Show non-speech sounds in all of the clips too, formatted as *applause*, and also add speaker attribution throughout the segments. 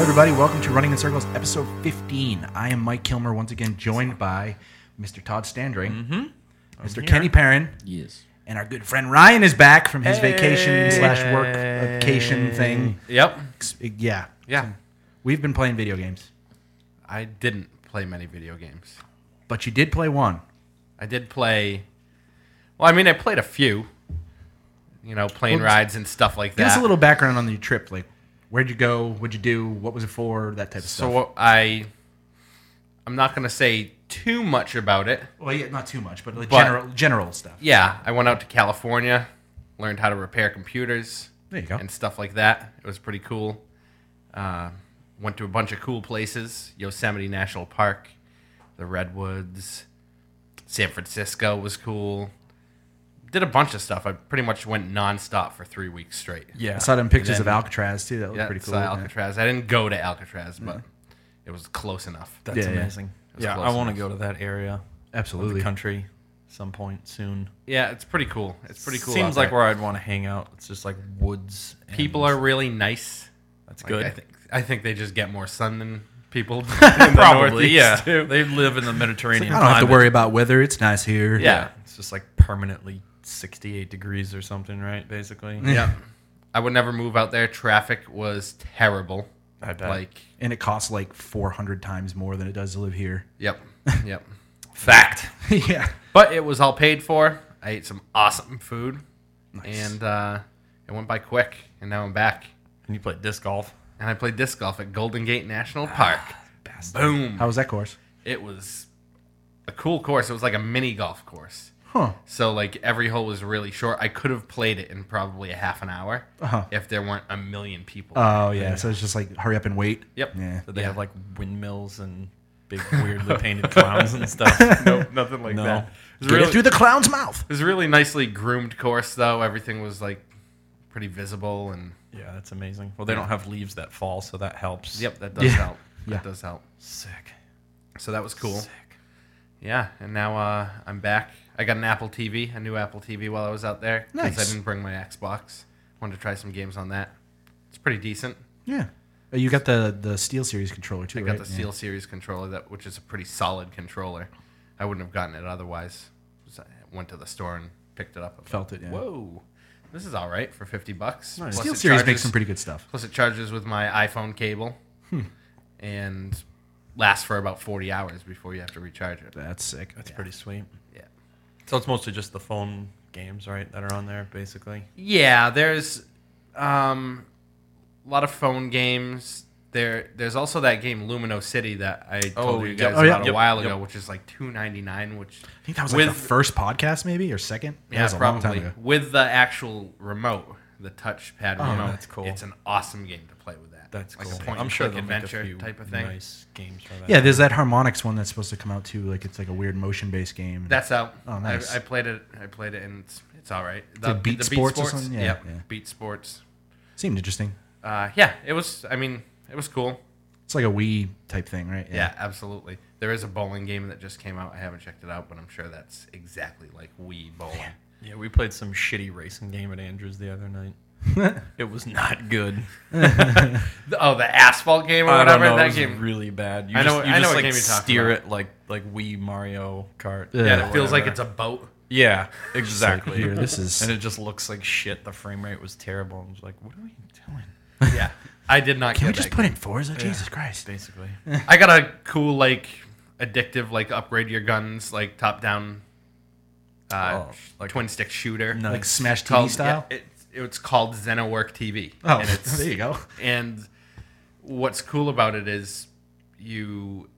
Speaker 1: everybody. Welcome to Running in Circles, episode 15. I am Mike Kilmer, once again joined by Mr. Todd Standring,
Speaker 2: Mm-hmm.
Speaker 1: Mr. Kenny Perrin,
Speaker 3: Yes.
Speaker 1: and our good friend Ryan is back from his vacation slash work vacation thing.
Speaker 2: Yep.
Speaker 1: Ex- eh, Yeah.
Speaker 2: Yeah.
Speaker 1: We've been playing video games,
Speaker 2: I didn't play many video games.
Speaker 1: but you did play one.
Speaker 2: I did play. Well, I mean, I played a few. You know, plane
Speaker 1: Well,
Speaker 2: rides and stuff like
Speaker 1: Give
Speaker 2: that.
Speaker 1: us a little background on your trip. Like, where'd you go? What'd you do? What was it for? That type of
Speaker 2: So
Speaker 1: stuff.
Speaker 2: what I, I'm not gonna say too much about it.
Speaker 1: Well, yeah, not too much, but, like
Speaker 2: But-
Speaker 1: general general stuff.
Speaker 2: Yeah, I went out to California, learned how to repair computers
Speaker 1: There you go.
Speaker 2: and stuff like that. It was pretty cool. Uh, went to a bunch of cool places: Yosemite National Park, the redwoods. San Francisco was cool. Did a bunch of stuff. I pretty much went nonstop for three weeks straight.
Speaker 1: I saw them pictures
Speaker 2: And
Speaker 1: of
Speaker 2: then-
Speaker 1: Alcatraz too. That looked
Speaker 2: yeah,
Speaker 1: pretty cool.
Speaker 2: saw
Speaker 1: Yeah.
Speaker 2: Alcatraz. I didn't go to Alcatraz, but it was close enough.
Speaker 3: That's
Speaker 1: Yeah, yeah.
Speaker 3: amazing.
Speaker 2: That's
Speaker 3: Yeah,
Speaker 2: close
Speaker 3: I want to
Speaker 2: enough.
Speaker 3: go to that area of
Speaker 1: Absolutely.
Speaker 3: the country some point soon.
Speaker 2: Yeah, it's pretty cool. It's pretty cool.
Speaker 3: Seems
Speaker 2: out
Speaker 3: like
Speaker 2: there.
Speaker 3: where I'd want to hang out. It's just like woods. and-
Speaker 2: people are really nice.
Speaker 3: That's
Speaker 2: Like,
Speaker 3: good.
Speaker 2: I think I think they just get more sun than people in the Northeast
Speaker 3: yeah.
Speaker 2: *laughs* do.
Speaker 3: They live in the Mediterranean.
Speaker 1: I don't have to
Speaker 3: climate.
Speaker 1: worry about weather. It's nice here.
Speaker 2: Yeah.
Speaker 3: It's just like permanently 68 degrees or something, right? Basically.
Speaker 2: Yeah. I would never move out there. Traffic was terrible.
Speaker 3: I bet.
Speaker 2: Like,
Speaker 1: And it costs like 400 times more than it does to live here. *laughs*
Speaker 2: yep, yep.
Speaker 3: fact.
Speaker 1: yeah.
Speaker 2: But it was all paid for. I ate some awesome food, and uh, it went by quick. And now I'm back,
Speaker 3: And you play disc golf.
Speaker 2: and I played disc golf at Golden Gate National Park. Boom!
Speaker 1: How was that course?
Speaker 2: It was a cool course. It was like a mini golf course.
Speaker 1: Huh.
Speaker 2: So like every hole was really short. I could have played it in probably a half an hour
Speaker 1: Uh-huh.
Speaker 2: if there weren't a million people.
Speaker 1: Oh, yeah. So it's just like hurry up and wait.
Speaker 2: Yep.
Speaker 1: Yeah.
Speaker 3: Did they
Speaker 2: Yeah.
Speaker 3: have like windmills and big weirdly painted clowns
Speaker 2: *laughs*
Speaker 3: and stuff?
Speaker 2: no, nothing like
Speaker 3: No.
Speaker 2: that. It was
Speaker 1: Get
Speaker 2: really-
Speaker 1: it through the clown's mouth.
Speaker 2: It was a really nicely groomed course, though. Everything was like pretty visible, and
Speaker 3: Yeah, that's amazing. Well, they don't have leaves that fall, so that helps.
Speaker 2: yep, that does
Speaker 1: Yeah. *laughs*
Speaker 2: help.
Speaker 1: Yeah.
Speaker 2: That does help.
Speaker 3: Sick.
Speaker 2: So that was cool.
Speaker 3: Sick.
Speaker 2: Yeah, and now uh, I'm back. I got an Apple TV, a new Apple TV, while I was out there because
Speaker 1: Nice.
Speaker 2: I didn't bring my Xbox. Wanted to try some games on that. It's pretty decent.
Speaker 1: Yeah. Oh, You got the the Steel Series controller too,
Speaker 2: I
Speaker 1: right?
Speaker 2: got the Steel Series controller, that which is a pretty solid controller. I wouldn't have gotten it otherwise. 'cause I went to the store and picked it up. I was
Speaker 1: Felt
Speaker 2: like,
Speaker 1: it, yeah.
Speaker 2: Whoa, this is all right for fifty bucks.
Speaker 3: Nice.
Speaker 1: Yeah. Steel
Speaker 2: it
Speaker 1: Series makes
Speaker 2: charges-
Speaker 1: some pretty good stuff.
Speaker 2: Plus, it charges with my iPhone cable
Speaker 3: Hmm.
Speaker 2: and lasts for about 40 hours before you have to recharge it.
Speaker 1: That's sick.
Speaker 3: That's pretty sweet.
Speaker 2: Yeah.
Speaker 3: So it's mostly just the phone games, right, that are on there, basically.
Speaker 2: Yeah, there's um, a lot of phone games. There, there's also that game Lumino City that I told
Speaker 3: Oh,
Speaker 2: you
Speaker 3: yep.
Speaker 2: guys
Speaker 1: Oh, yeah.
Speaker 2: about a
Speaker 3: Yep,
Speaker 2: while
Speaker 3: yep.
Speaker 2: ago, which is like 2.99, which
Speaker 1: I think that was like the
Speaker 2: With-
Speaker 1: first podcast, maybe or second. That
Speaker 2: yeah,
Speaker 1: was a long time
Speaker 2: probably
Speaker 1: ago.
Speaker 2: with the actual remote, the touchpad remote.
Speaker 3: Oh, that's cool.
Speaker 2: It's an awesome game to play with that.
Speaker 3: That's
Speaker 2: like
Speaker 3: cool.
Speaker 2: a point
Speaker 3: I'm sure
Speaker 2: click
Speaker 3: they'll
Speaker 2: adventure
Speaker 3: make a few
Speaker 2: type of thing.
Speaker 3: nice games for that.
Speaker 1: Yeah, there's that harmonics one that's supposed to come out too. Like it's like a weird motion based game.
Speaker 2: That's out.
Speaker 1: Oh, nice.
Speaker 2: I, I played it. I played it, and it's, it's all right.
Speaker 1: it Beat Sports or something? Yeah,
Speaker 2: Yeah,
Speaker 1: yeah.
Speaker 2: Beat Sports.
Speaker 1: seemed interesting.
Speaker 2: Uh, yeah, it was. I mean, it was cool.
Speaker 1: It's like a Wii type thing, right?
Speaker 2: Yeah. absolutely. There is a bowling game that just came out. I haven't checked it out, but I'm sure that's exactly like Wii bowling.
Speaker 3: Yeah, we played some shitty racing game at Andrews the
Speaker 1: *laughs*
Speaker 3: other night. it was
Speaker 2: *laughs*
Speaker 3: not good.
Speaker 2: The- Oh, the asphalt game or
Speaker 3: I don't
Speaker 2: whatever.
Speaker 3: know, it
Speaker 2: That
Speaker 3: was
Speaker 2: game.
Speaker 3: really bad. You
Speaker 2: I know-
Speaker 3: just, you
Speaker 2: I know
Speaker 3: just
Speaker 2: what
Speaker 3: like
Speaker 2: game you're talking
Speaker 3: steer
Speaker 2: about.
Speaker 3: it like like we Mario Kart.
Speaker 1: Yeah,
Speaker 2: yeah,
Speaker 3: or
Speaker 2: that feels like
Speaker 3: whatever.
Speaker 2: it's
Speaker 1: *laughs*
Speaker 2: a boat. *laughs*
Speaker 3: Yeah,
Speaker 1: Like,
Speaker 3: exactly.
Speaker 1: here, this is
Speaker 3: and it just looks like shit. The frame rate was terrible. I was like, what are we doing?
Speaker 2: Yeah, I did not.
Speaker 1: Can we
Speaker 2: get
Speaker 1: just
Speaker 2: that
Speaker 1: put
Speaker 2: game.
Speaker 1: in Forza? Jesus Christ.
Speaker 3: Basically,
Speaker 1: *laughs*
Speaker 2: I got a cool like addictive like upgrade your guns like top down. Uh,
Speaker 3: Oh, like-
Speaker 2: twin stick shooter.
Speaker 3: No.
Speaker 1: Like
Speaker 3: Nice.
Speaker 1: Smash TV
Speaker 2: called-
Speaker 1: style?
Speaker 2: yeah, it, it's called Xenowork TV.
Speaker 1: Oh, *laughs*
Speaker 2: and it's,
Speaker 1: there you go.
Speaker 2: And what's cool about it is you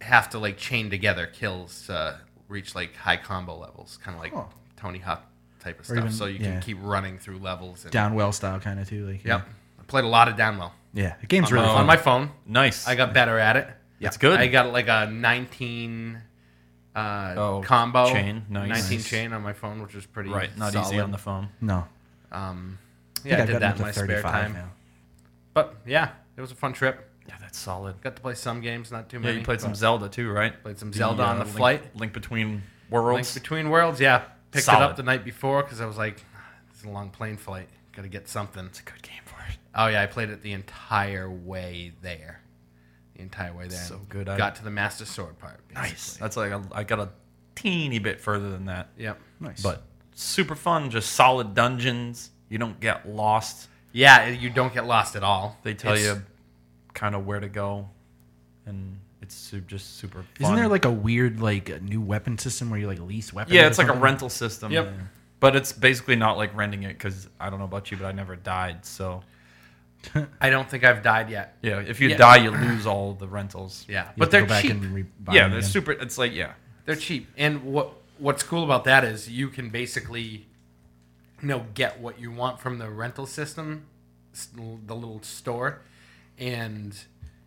Speaker 2: have to like chain together kills to reach like high combo levels, kind of like
Speaker 1: Huh.
Speaker 2: Tony Hawk type of
Speaker 1: Or
Speaker 2: stuff.
Speaker 1: even-
Speaker 2: so you
Speaker 1: yeah.
Speaker 2: can keep running through levels. And,
Speaker 1: Downwell style kind of too. Like
Speaker 2: Yep. I played a lot of Downwell.
Speaker 1: Yeah. yeah. The game's
Speaker 2: On,
Speaker 1: really
Speaker 2: my,
Speaker 1: fun.
Speaker 2: on my phone,
Speaker 3: nice.
Speaker 2: I got better at it.
Speaker 3: That's good.
Speaker 2: I got like a 19 uh,
Speaker 3: Oh,
Speaker 2: combo
Speaker 3: chain. Nice.
Speaker 2: 19
Speaker 3: Nice.
Speaker 2: chain on my phone, which was pretty
Speaker 3: right. Not easy
Speaker 2: solid.
Speaker 3: on the phone.
Speaker 1: no.
Speaker 2: Um,
Speaker 1: I
Speaker 2: yeah, I,
Speaker 1: think I've
Speaker 2: did
Speaker 1: gotten
Speaker 2: that
Speaker 1: up
Speaker 2: in
Speaker 1: to
Speaker 2: my spare
Speaker 1: 35
Speaker 2: time.
Speaker 1: now.
Speaker 2: But yeah, it was a fun trip.
Speaker 3: Yeah, that's solid.
Speaker 2: Got to play some games, not too
Speaker 3: Yeah,
Speaker 2: many.
Speaker 3: you played some
Speaker 2: but
Speaker 3: Zelda too, right?
Speaker 2: Played some
Speaker 3: The,
Speaker 2: Zelda on
Speaker 3: uh,
Speaker 2: the
Speaker 3: Link-
Speaker 2: flight.
Speaker 3: Link Between
Speaker 2: Link
Speaker 3: Worlds.
Speaker 2: Between Worlds. Yeah, picked it
Speaker 3: Solid.
Speaker 2: up the night before because I was like, "It's a long plane flight. Got to get something."
Speaker 3: It's a good game for it.
Speaker 2: Oh yeah, I played it the entire way there. the entire way there.
Speaker 3: So
Speaker 2: and
Speaker 3: good. I-
Speaker 2: Got to the Master Sword part.
Speaker 3: Nice. That's like a, I got a teeny bit further than that.
Speaker 2: Yep.
Speaker 1: Nice.
Speaker 3: But super fun, just solid dungeons. You don't get lost.
Speaker 2: Yeah, you don't get lost at all.
Speaker 3: They tell
Speaker 2: It's-
Speaker 3: you kind of where to go, and it's su- just super. Fun.
Speaker 1: isn't there like a weird like a new weapon system where you like lease weapons?
Speaker 3: yeah?
Speaker 1: or
Speaker 3: It's like a
Speaker 1: something?
Speaker 3: rental system.
Speaker 2: Yep.
Speaker 3: But it's basically not like renting it because I don't know about you, but I never died. So
Speaker 2: I don't think I've died yet.
Speaker 3: yeah, if you
Speaker 2: Yeah.
Speaker 3: die, you lose all the rentals.
Speaker 2: Yeah,
Speaker 1: You
Speaker 2: but
Speaker 1: have to
Speaker 2: they're
Speaker 1: go back
Speaker 2: cheap.
Speaker 1: and rebuy
Speaker 3: yeah,
Speaker 1: them
Speaker 3: they're
Speaker 1: again.
Speaker 3: super. It's like yeah,
Speaker 2: They're cheap, and what what's cool about that is you can basically, you know, get what you want from the rental system, s- the little store, and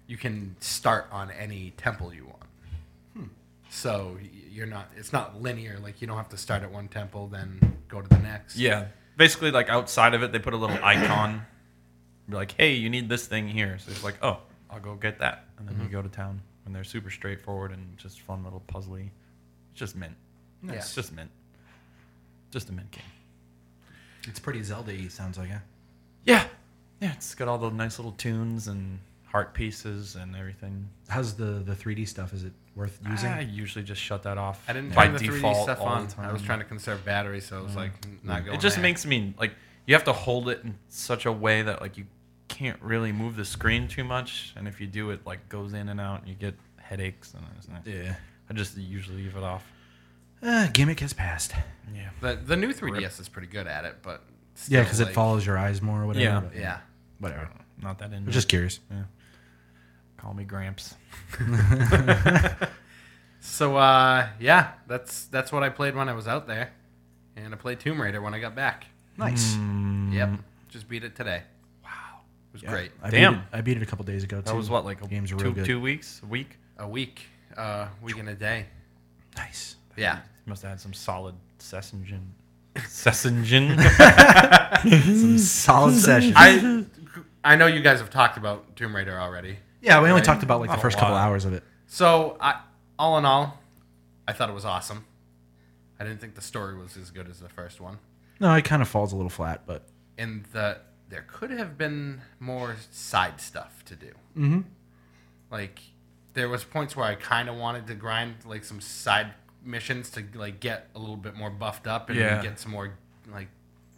Speaker 2: you can start on any temple you want.
Speaker 3: Hmm.
Speaker 2: So y- you're not. It's not linear. Like you don't have to start at one temple, then go to the next.
Speaker 3: yeah. Basically, like outside of it, they put a little icon. Be like, hey, you need this thing here. So it's like, oh, I'll go get that, and
Speaker 2: Mm-hmm.
Speaker 3: then you go to town. And they're super straightforward and just fun little puzzly. It's just mint.
Speaker 2: Nice.
Speaker 3: It's just mint. Just a mint game.
Speaker 1: It's pretty Zelda-y. Sounds like yeah.
Speaker 3: Yeah. Yeah, it's got all the nice little tunes and heart pieces and everything.
Speaker 1: How's the the 3D stuff? Is it worth using?
Speaker 3: Ah, I usually just shut that off.
Speaker 2: I didn't
Speaker 3: by
Speaker 2: turn the 3D
Speaker 3: default
Speaker 2: stuff
Speaker 3: all the
Speaker 2: on. I was
Speaker 3: time. Mm.
Speaker 2: trying to conserve battery, so I was like, "N- not going.
Speaker 3: It just
Speaker 2: there."
Speaker 3: makes me like you have to hold it in such a way that like you can't really move the screen too much, and if you do, it like goes in and out, and you get headaches and it's not-
Speaker 1: yeah.
Speaker 3: I just usually leave it off.
Speaker 1: Uh, gimmick has passed.
Speaker 3: Yeah.
Speaker 2: the the new 3ds is pretty good at it, but
Speaker 1: Yeah,
Speaker 2: still,
Speaker 1: because
Speaker 2: like,
Speaker 1: it follows your eyes more or whatever.
Speaker 3: Yeah.
Speaker 1: but
Speaker 2: Yeah.
Speaker 1: Whatever.
Speaker 3: Not that in.
Speaker 1: I'm just curious.
Speaker 3: call me Gramps.
Speaker 2: So uh, yeah, that's that's what I played when I was out there, and I played Tomb Raider when I got back.
Speaker 1: Nice.
Speaker 2: Yep, just beat it today. Wow, it was great.
Speaker 1: I
Speaker 3: Damn.
Speaker 1: Beat it, I beat it a couple days ago, too.
Speaker 3: That was what like a,
Speaker 1: Games are
Speaker 3: two
Speaker 1: real good.
Speaker 3: two weeks a week.
Speaker 2: A week, uh, week and a day.
Speaker 1: Nice.
Speaker 2: Yeah,
Speaker 3: Must have had some solid
Speaker 1: *laughs*
Speaker 3: Sessingen. Sessingen.
Speaker 1: Some *laughs* solid session.
Speaker 2: I I know you guys have talked about Tomb Raider already.
Speaker 1: yeah, we only
Speaker 2: Right.
Speaker 1: talked about like
Speaker 3: Not
Speaker 1: the
Speaker 3: a
Speaker 1: first couple
Speaker 3: lot.
Speaker 1: hours of it.
Speaker 2: So I, all in all, I thought it was awesome. I didn't think the story was as good as the first one,
Speaker 1: No, it kind of falls a little flat, but
Speaker 2: and the there could have been more side stuff to do.
Speaker 1: Mhm.
Speaker 2: Like there was points where I kind of wanted to grind like some side missions to like get a little bit more buffed up and
Speaker 3: Yeah.
Speaker 2: get some more like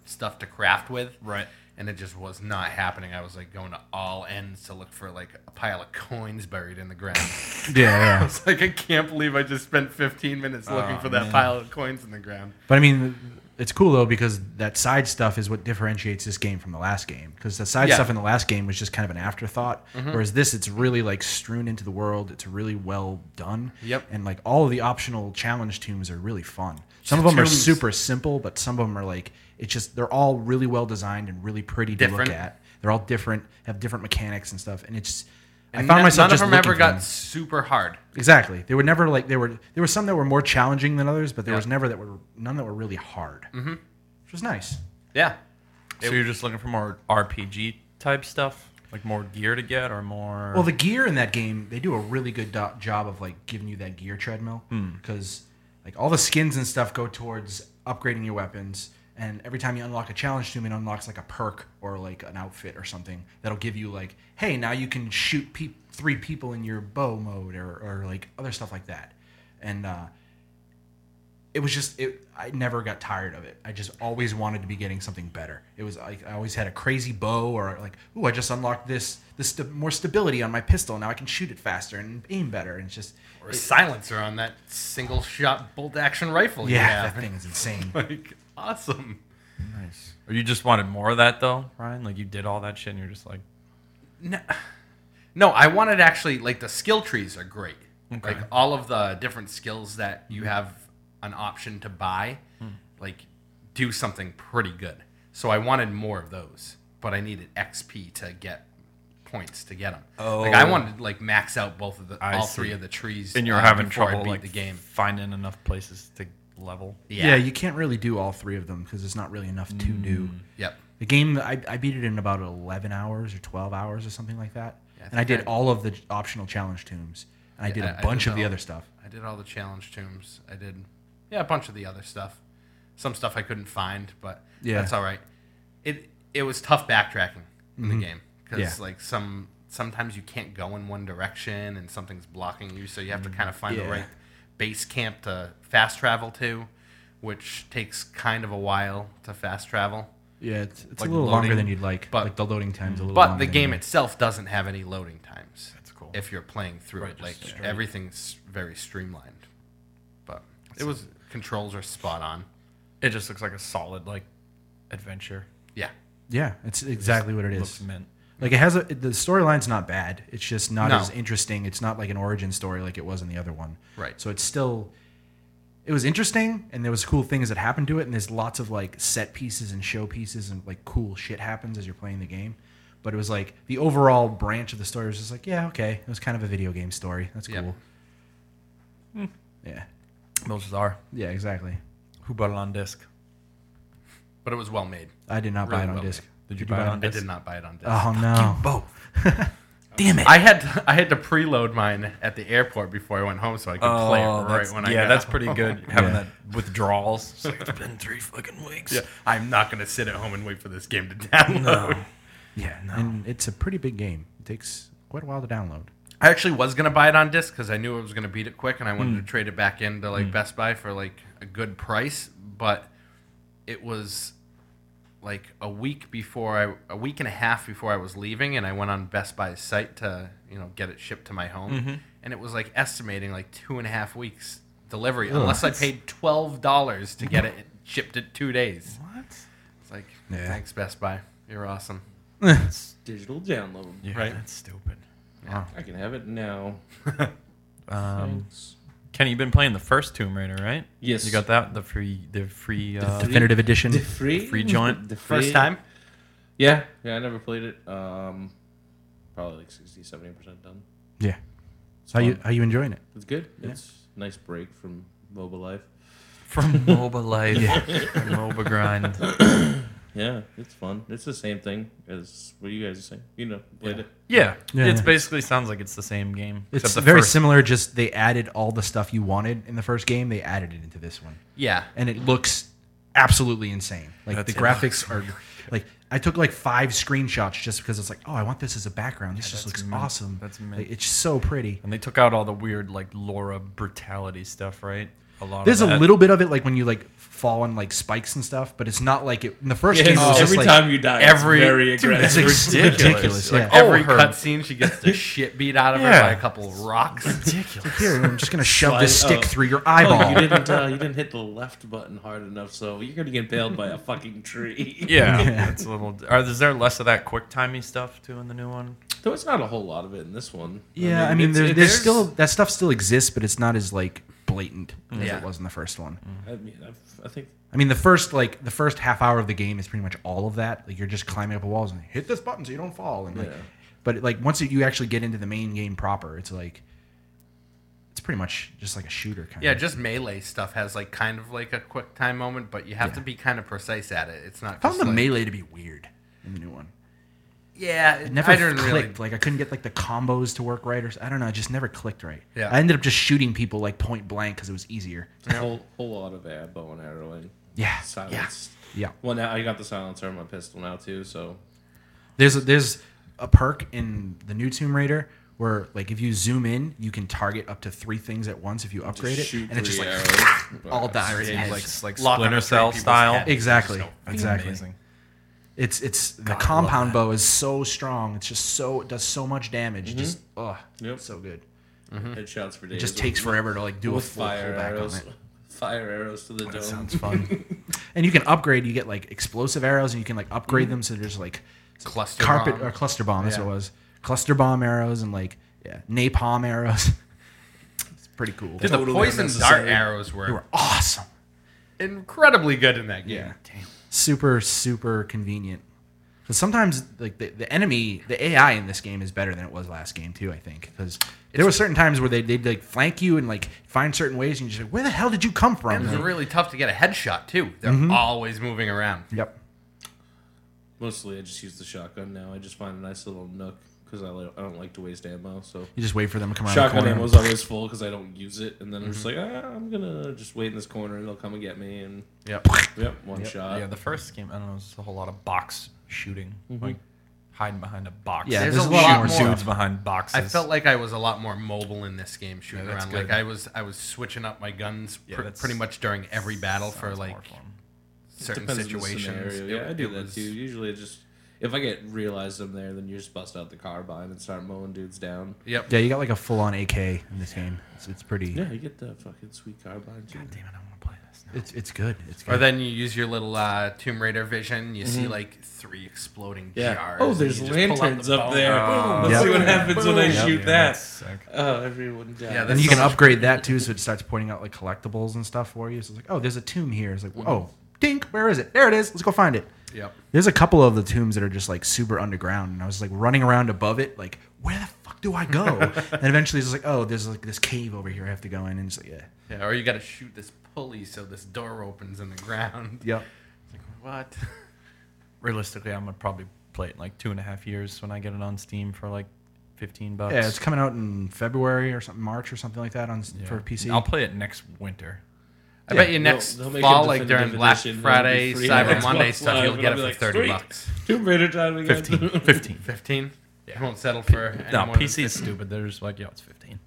Speaker 2: stuff to craft with.
Speaker 3: Right.
Speaker 2: And it just was not happening. I was like going to all ends to look for like a pile of coins buried in the ground. *laughs*
Speaker 1: yeah, yeah.
Speaker 2: I was like, I can't believe I just spent 15 minutes looking
Speaker 1: Oh,
Speaker 3: Aw,
Speaker 2: for that
Speaker 3: man.
Speaker 2: pile of coins in the ground.
Speaker 1: But I mean, it's cool though because that side stuff is what differentiates this game from the last game. Because the side
Speaker 2: Yeah. Mm-hmm.
Speaker 1: stuff in the last game was just kind of an afterthought, whereas this it's really like strewn into the world. It's really well done.
Speaker 2: Yep.
Speaker 1: And like all of the optional challenge tombs are really fun. Some of them are
Speaker 2: Tombs.
Speaker 1: super simple, but some of them are like it's just they're all really well designed and really pretty
Speaker 2: Different.
Speaker 1: to look at. They're all different, have different mechanics and stuff, and it's. I
Speaker 2: And
Speaker 1: found
Speaker 2: no-
Speaker 1: myself
Speaker 2: none
Speaker 1: just
Speaker 2: of them ever
Speaker 1: looking for
Speaker 2: got
Speaker 1: them.
Speaker 2: super hard.
Speaker 1: Exactly. They were never like they were. There were some that were more challenging than others, but there
Speaker 2: Yeah.
Speaker 1: was never that were none that were really hard, mm-hmm. which was nice.
Speaker 2: Yeah.
Speaker 3: So you're just looking for more RPG type stuff, like more gear to get, or more.
Speaker 1: Well, the gear in that game, they do a really good do- job of like giving you that gear treadmill because like all the skins and stuff go towards upgrading your weapons, and every time you unlock a challenge tomb, it unlocks like a perk or like an outfit or something that'll give you like, hey, now you can shoot pe- three people in your bow mode or or like other stuff like that, and. uh it was just it i never got tired of it i just always wanted to be getting something better it was like i always had a crazy bow or like ooh i just unlocked this this st- more stability on my pistol now i can shoot it faster and aim better and it's just
Speaker 2: Or a silencer on that single shot bolt action rifle.
Speaker 1: yeah,
Speaker 2: Yeah.
Speaker 1: that thing is insane
Speaker 2: *laughs* Like, awesome.
Speaker 3: nice. Or you just wanted more of that though, Ryan? Like you did all that shit, and you're just like,
Speaker 2: No, no, I wanted actually like the skill trees are great. Like all of the different skills that you have an option to buy,
Speaker 3: Hmm.
Speaker 2: like do something pretty good. So I wanted more of those, but I needed XP to get points to get them. Like I
Speaker 3: Oh.
Speaker 2: wanted to like max out both of the
Speaker 3: I
Speaker 2: all
Speaker 3: see.
Speaker 2: three of the trees.
Speaker 3: and you're
Speaker 2: uh,
Speaker 3: having
Speaker 2: before I
Speaker 3: trouble
Speaker 2: beat
Speaker 3: like
Speaker 2: the game.
Speaker 3: finding enough places to level.
Speaker 1: yeah. you can't really do all three of them because it's not really enough to do
Speaker 2: Yep.
Speaker 1: the game I, I beat it in about 11 hours or 12 hours or something like that
Speaker 2: Yeah, I
Speaker 1: and i
Speaker 2: think
Speaker 1: did
Speaker 2: I-
Speaker 1: all of the optional challenge tombs and i did
Speaker 2: I-
Speaker 1: a
Speaker 2: I did
Speaker 1: bunch of the
Speaker 2: all-
Speaker 1: other stuff
Speaker 2: I did all the challenge tombs. I did, yeah, a bunch of the other stuff. Some stuff I couldn't find, but
Speaker 1: Yeah.
Speaker 2: that's all right. It it was tough backtracking in the game because
Speaker 1: Mm-hmm. Yeah.
Speaker 2: like some sometimes you can't go in one direction and something's blocking you, so you have to kind of find
Speaker 1: Mm, Yeah.
Speaker 2: the right base camp to fast travel to, which takes kind of a while to fast travel.
Speaker 1: Yeah, it's, it's
Speaker 2: Like
Speaker 1: a little Mm. longer
Speaker 2: loading,
Speaker 1: than you'd like.
Speaker 2: but-
Speaker 1: But like the loading time's a little.
Speaker 2: But
Speaker 1: longer
Speaker 2: the
Speaker 1: than
Speaker 2: game
Speaker 1: you'd
Speaker 2: itself doesn't have any loading times
Speaker 3: That's cool.
Speaker 2: if you're playing through
Speaker 3: Right,
Speaker 2: it.
Speaker 3: just
Speaker 2: Like
Speaker 3: straight.
Speaker 2: everything's very streamlined. But it was controls are spot on.
Speaker 3: it just looks like a solid like adventure.
Speaker 2: Yeah.
Speaker 1: like. yeah, it's exactly what it
Speaker 3: Looks
Speaker 1: is.
Speaker 3: mint.
Speaker 1: Like it has a, the storyline's not bad. It's just not
Speaker 2: No.
Speaker 1: as interesting. It's not like an origin story like it was in the other one.
Speaker 2: Right.
Speaker 1: So it's still it was interesting and there was cool things that happened to it and there's lots of like set pieces and show pieces and like cool shit happens as you're playing the game. But it was like the overall branch of the story was just like, yeah, okay. It was kind of a video game story. That's
Speaker 2: Yeah.
Speaker 1: cool.
Speaker 3: Hmm.
Speaker 1: Yeah.
Speaker 3: Those are
Speaker 1: Yeah, exactly.
Speaker 3: who bought it on disc.
Speaker 2: But it was well made.
Speaker 1: I did not buy
Speaker 2: Really
Speaker 1: it on
Speaker 2: well
Speaker 1: disc.
Speaker 3: made. Did you buy it on
Speaker 2: I
Speaker 3: Yes.
Speaker 2: did not buy it on disc. Uh-huh.
Speaker 1: Oh no.
Speaker 3: Both.
Speaker 1: *laughs* Damn it.
Speaker 2: I had to, I had to preload mine at the airport before I went home so I could play it right
Speaker 3: Oh, that's-
Speaker 2: when I
Speaker 3: yeah,
Speaker 2: got
Speaker 3: that's
Speaker 2: home.
Speaker 3: pretty good. *laughs* Having
Speaker 1: Yeah.
Speaker 3: that withdrawals. It's like, it's been three fucking weeks.
Speaker 2: Yeah, I'm not going to sit at home and wait for this game to *laughs* download.
Speaker 1: yeah, And it's a pretty big game. It takes quite a while to download.
Speaker 2: I actually was going to buy it on disc because I knew I was going to beat it quick and I wanted to trade it back into like Best Buy for like a good price, but it was like a week before I a week and a half before I was leaving and I went on Best Buy's site to, you know, get it shipped to my home. And it was like estimating like two and a half weeks delivery unless I paid twelve dollars to get it shipped it two days.
Speaker 3: What?
Speaker 2: It's like
Speaker 1: Yeah.
Speaker 2: thanks Best Buy. You're awesome.
Speaker 4: It's digital download.
Speaker 3: Yeah,
Speaker 2: Right.
Speaker 3: That's stupid.
Speaker 4: I can have it now.
Speaker 3: Um,
Speaker 4: Thanks.
Speaker 3: Kenny, you've been playing the first Tomb Raider, right?
Speaker 4: Yes.
Speaker 3: You got that the free the free uh,
Speaker 1: Definitive edition.
Speaker 4: the free
Speaker 3: free joint?
Speaker 4: The free,
Speaker 2: First time?
Speaker 4: Yeah, yeah. I never played it. Um, probably like 60, 70 percent done.
Speaker 1: yeah. How you
Speaker 4: fun.
Speaker 1: how you enjoying it?
Speaker 4: It's good. It's a nice break from mobile life.
Speaker 3: *laughs* from MOBA Life, *laughs* from MOBA Grind.
Speaker 4: Yeah, it's fun. It's the same thing as what you guys are saying. You know, played it.
Speaker 3: Yeah,
Speaker 1: Yeah,
Speaker 3: it's
Speaker 1: yeah.
Speaker 3: basically sounds like it's the same game.
Speaker 1: It's
Speaker 3: except the
Speaker 1: very
Speaker 3: first-
Speaker 1: similar. Just they added all the stuff you wanted in the first game. They added it into this one,
Speaker 2: Yeah.
Speaker 1: and it looks absolutely insane. Like
Speaker 3: That's-
Speaker 1: the graphics are like I took like five screenshots just because it's like oh I want this as a background. This just
Speaker 3: that's
Speaker 1: looks
Speaker 3: mint.
Speaker 1: awesome.
Speaker 3: That's mint.
Speaker 1: like, it's so pretty.
Speaker 3: And they took out all the weird like Laura brutality stuff, right? A lot.
Speaker 1: There's
Speaker 3: of
Speaker 1: a
Speaker 3: that.
Speaker 1: little bit of it like when you like fall on like spikes and stuff, but it's not like it in the first game. It
Speaker 4: Yes,
Speaker 1: was just
Speaker 4: every
Speaker 1: like
Speaker 4: time you die,
Speaker 3: every-
Speaker 4: every very
Speaker 3: Dude,
Speaker 4: aggressive.
Speaker 1: it's ex-
Speaker 4: *laughs*
Speaker 1: ridiculous.
Speaker 3: Like,
Speaker 1: yeah.
Speaker 3: oh,
Speaker 2: every
Speaker 3: her-
Speaker 2: cutscene she gets
Speaker 3: *laughs*
Speaker 2: the shit beat out of her
Speaker 3: Yeah.
Speaker 2: by a couple of rocks.
Speaker 3: ridiculous.
Speaker 1: Here, I'm
Speaker 3: *laughs*
Speaker 1: just gonna shove
Speaker 4: Slide-
Speaker 1: this stick
Speaker 4: oh.
Speaker 1: through your
Speaker 4: Oh, you
Speaker 1: eyeball.
Speaker 4: didn't. Uh, you didn't hit the left button hard enough, so you're gonna get impaled by a fucking tree.
Speaker 3: Yeah,
Speaker 1: Yeah.
Speaker 3: it's a little. Are, is there less of that quick timey stuff too in the new one?
Speaker 4: Though it's not a whole lot of it in this one.
Speaker 1: yeah, I mean,
Speaker 4: it's-
Speaker 1: there,
Speaker 4: it-
Speaker 1: there's still that stuff still exists, but it's not as like blatant as
Speaker 2: Yeah.
Speaker 1: it was in the first one.
Speaker 4: I mean, I've, I think
Speaker 1: I mean, the first like the first half hour of the game is pretty much all of that. Like you're just climbing up the walls and hit this button so you don't fall. And like,
Speaker 4: Yeah.
Speaker 1: but like once you actually get into the main game proper, it's like it's pretty much just like a shooter kind
Speaker 2: yeah,
Speaker 1: of.
Speaker 2: just melee stuff has like kind of like a quick time moment, but you have to be kind of precise at it. It's not.
Speaker 1: I found
Speaker 2: just
Speaker 1: the
Speaker 2: like,
Speaker 1: melee to be weird in the new one.
Speaker 2: Yeah,
Speaker 1: It never
Speaker 2: I didn't
Speaker 1: clicked.
Speaker 2: really.
Speaker 1: Like I couldn't get like the combos to work right, or s- I don't know. It just never clicked right.
Speaker 2: Yeah.
Speaker 1: I ended up just shooting people like point blank because it was easier.
Speaker 4: it's a whole whole lot of uh, bow and arrowing.
Speaker 1: Yeah.
Speaker 4: Silence.
Speaker 1: Yeah.
Speaker 4: Well, now I got the silencer on my pistol now too, so
Speaker 1: There's a, there's a perk in the new Tomb Raider where like if you zoom in, you can target up to three things at once if you upgrade
Speaker 4: just
Speaker 1: it,
Speaker 4: shoot
Speaker 1: and it's just
Speaker 4: three
Speaker 1: like
Speaker 4: arrows.
Speaker 1: *laughs* all die right
Speaker 2: Yeah,
Speaker 1: in. *laughs*
Speaker 3: Like
Speaker 1: Like
Speaker 3: like
Speaker 2: Lock on
Speaker 3: Splinter
Speaker 2: a three
Speaker 3: Cell
Speaker 2: people's
Speaker 3: style.
Speaker 2: head.
Speaker 1: exactly,
Speaker 2: That's
Speaker 1: exactly.
Speaker 3: Amazing.
Speaker 1: It's it's the
Speaker 3: love
Speaker 1: compound bow is so strong. It's just so it does so much damage. Just oh,
Speaker 4: Mm-hmm. Yep.
Speaker 1: so good.
Speaker 4: Headshots for days.
Speaker 1: It just takes forever to like do a
Speaker 4: with
Speaker 1: full
Speaker 4: fire
Speaker 1: pullback on
Speaker 4: arrows.
Speaker 1: it.
Speaker 4: *laughs* Fire arrows to the dome.
Speaker 3: Sounds fun.
Speaker 1: *laughs* And you can upgrade. You get like explosive arrows, and you can like upgrade them. So there's like
Speaker 2: Cluster
Speaker 1: carpet
Speaker 2: bomb.
Speaker 1: or cluster bomb. That's what
Speaker 2: Yeah.
Speaker 1: it was. Cluster bomb arrows and like yeah, napalm arrows. *laughs* it's pretty cool.
Speaker 2: Dude, the
Speaker 4: Totally
Speaker 2: poison dart
Speaker 4: unnecessary.
Speaker 2: arrows were,
Speaker 1: They were awesome.
Speaker 2: incredibly good in that game.
Speaker 1: Super super convenient. Because sometimes like the, the enemy, the AI in this game is better than it was last game too. I think because there were certain times where they would like flank you and like find certain ways, and you're just like, where the hell did you come
Speaker 2: And
Speaker 1: from?
Speaker 2: it was
Speaker 1: Like,
Speaker 2: really tough to get a headshot too. They're
Speaker 3: Mm-hmm.
Speaker 2: always moving around.
Speaker 1: yep.
Speaker 4: Mostly, I just use the shotgun now. I just find a nice little nook because I, li- I don't like to waste ammo. So
Speaker 1: You just wait for them to come around. the
Speaker 4: shotgun
Speaker 1: corner. Mm-hmm.
Speaker 4: ammo's always full because I don't use it, and then I'm just like, ah, I'm gonna just wait in this corner and they'll come and get me. And
Speaker 2: Yep.
Speaker 4: yep, one
Speaker 3: Yep.
Speaker 4: shot.
Speaker 3: Yeah, the first game, I don't know, it's a whole lot of box shooting, like hiding behind a box.
Speaker 1: Mm-hmm. Yeah,
Speaker 2: There's
Speaker 1: there's a
Speaker 2: a
Speaker 1: lot
Speaker 2: lot
Speaker 1: more
Speaker 3: more
Speaker 2: more.
Speaker 1: stuff.
Speaker 3: dudes behind boxes.
Speaker 2: I felt like I was a lot more mobile in this game shooting
Speaker 3: Yeah, that's
Speaker 2: around.
Speaker 3: good.
Speaker 2: Like I was, I was switching up my guns
Speaker 3: Yeah,
Speaker 2: pr-
Speaker 3: that's-
Speaker 2: pretty much during every battle for
Speaker 3: Sounds
Speaker 2: like
Speaker 3: more fun.
Speaker 2: certain
Speaker 4: Depends on the
Speaker 2: situations.
Speaker 4: scenario.
Speaker 2: It-
Speaker 4: yeah, I do
Speaker 2: it
Speaker 4: that
Speaker 2: was-
Speaker 4: too. Usually, it's just if I get realized I'm there, then you just bust out the carbine and start mowing dudes down.
Speaker 2: Yep.
Speaker 1: Yeah, you got like a full on AK in this game. It's, it's pretty.
Speaker 4: Yeah, you get the fucking sweet carbine. Too.
Speaker 3: Damn it, I want to play this. Now.
Speaker 1: It's it's good. It's good.
Speaker 2: Or then you use your little uh, Tomb Raider vision. You see like three exploding
Speaker 4: Mm-hmm. Yeah.
Speaker 2: jars.
Speaker 4: Oh,
Speaker 2: and
Speaker 4: there's
Speaker 2: you just pull out
Speaker 4: lanterns
Speaker 2: the
Speaker 4: up
Speaker 2: bone.
Speaker 4: there.
Speaker 3: Oh.
Speaker 4: Let's
Speaker 1: Yep.
Speaker 4: see what happens when I
Speaker 3: Yeah,
Speaker 4: shoot
Speaker 3: yeah, that's
Speaker 4: that.
Speaker 3: sick.
Speaker 4: Oh, everyone died.
Speaker 2: Yeah,
Speaker 1: and
Speaker 2: that's
Speaker 1: you can
Speaker 2: so much-
Speaker 1: upgrade that too, so it starts pointing out like collectibles and stuff for you. So it's like, oh, there's a tomb here. It's like,
Speaker 3: Mm.
Speaker 1: oh, dink, where is it? There it is. Let's go find it.
Speaker 2: Yep.
Speaker 1: There's a couple of the tombs that are just like super underground, and I was like running around above it, like where the fuck do I
Speaker 3: *laughs*
Speaker 1: go? and eventually it's like, oh, there's like this cave over here I have to go in, and it's like, yeah,
Speaker 2: Yeah, or you got to shoot this pulley so this door opens in the ground.
Speaker 4: *laughs*
Speaker 1: yep.
Speaker 2: What?
Speaker 3: Realistically, I'm gonna probably play it in like two and a half years when I get it on Steam for like fifteen bucks.
Speaker 1: Yeah, it's coming out in February or something, March or something like that on s
Speaker 3: Yeah.
Speaker 1: for PC.
Speaker 3: I'll play it next winter.
Speaker 2: I
Speaker 1: Yeah.
Speaker 2: bet you next
Speaker 4: They'll- they'll make a
Speaker 2: fall, like during
Speaker 4: definitive
Speaker 2: Black
Speaker 4: edition,
Speaker 2: Friday,
Speaker 4: it'll be free *laughs*
Speaker 2: Cyber
Speaker 4: on
Speaker 2: Monday
Speaker 4: Xbox
Speaker 2: stuff,
Speaker 4: Live,
Speaker 2: you'll
Speaker 4: and I'll
Speaker 2: get it
Speaker 4: be
Speaker 2: for
Speaker 4: like,
Speaker 2: thirty
Speaker 4: "Sweet."
Speaker 2: bucks.
Speaker 4: Tomb Raider time again.
Speaker 3: 15.
Speaker 2: *laughs*
Speaker 3: 15.
Speaker 2: Fifteen. I won't settle for any
Speaker 3: No,
Speaker 2: more than
Speaker 3: PC is stupid. They're just like, yo, it's 15.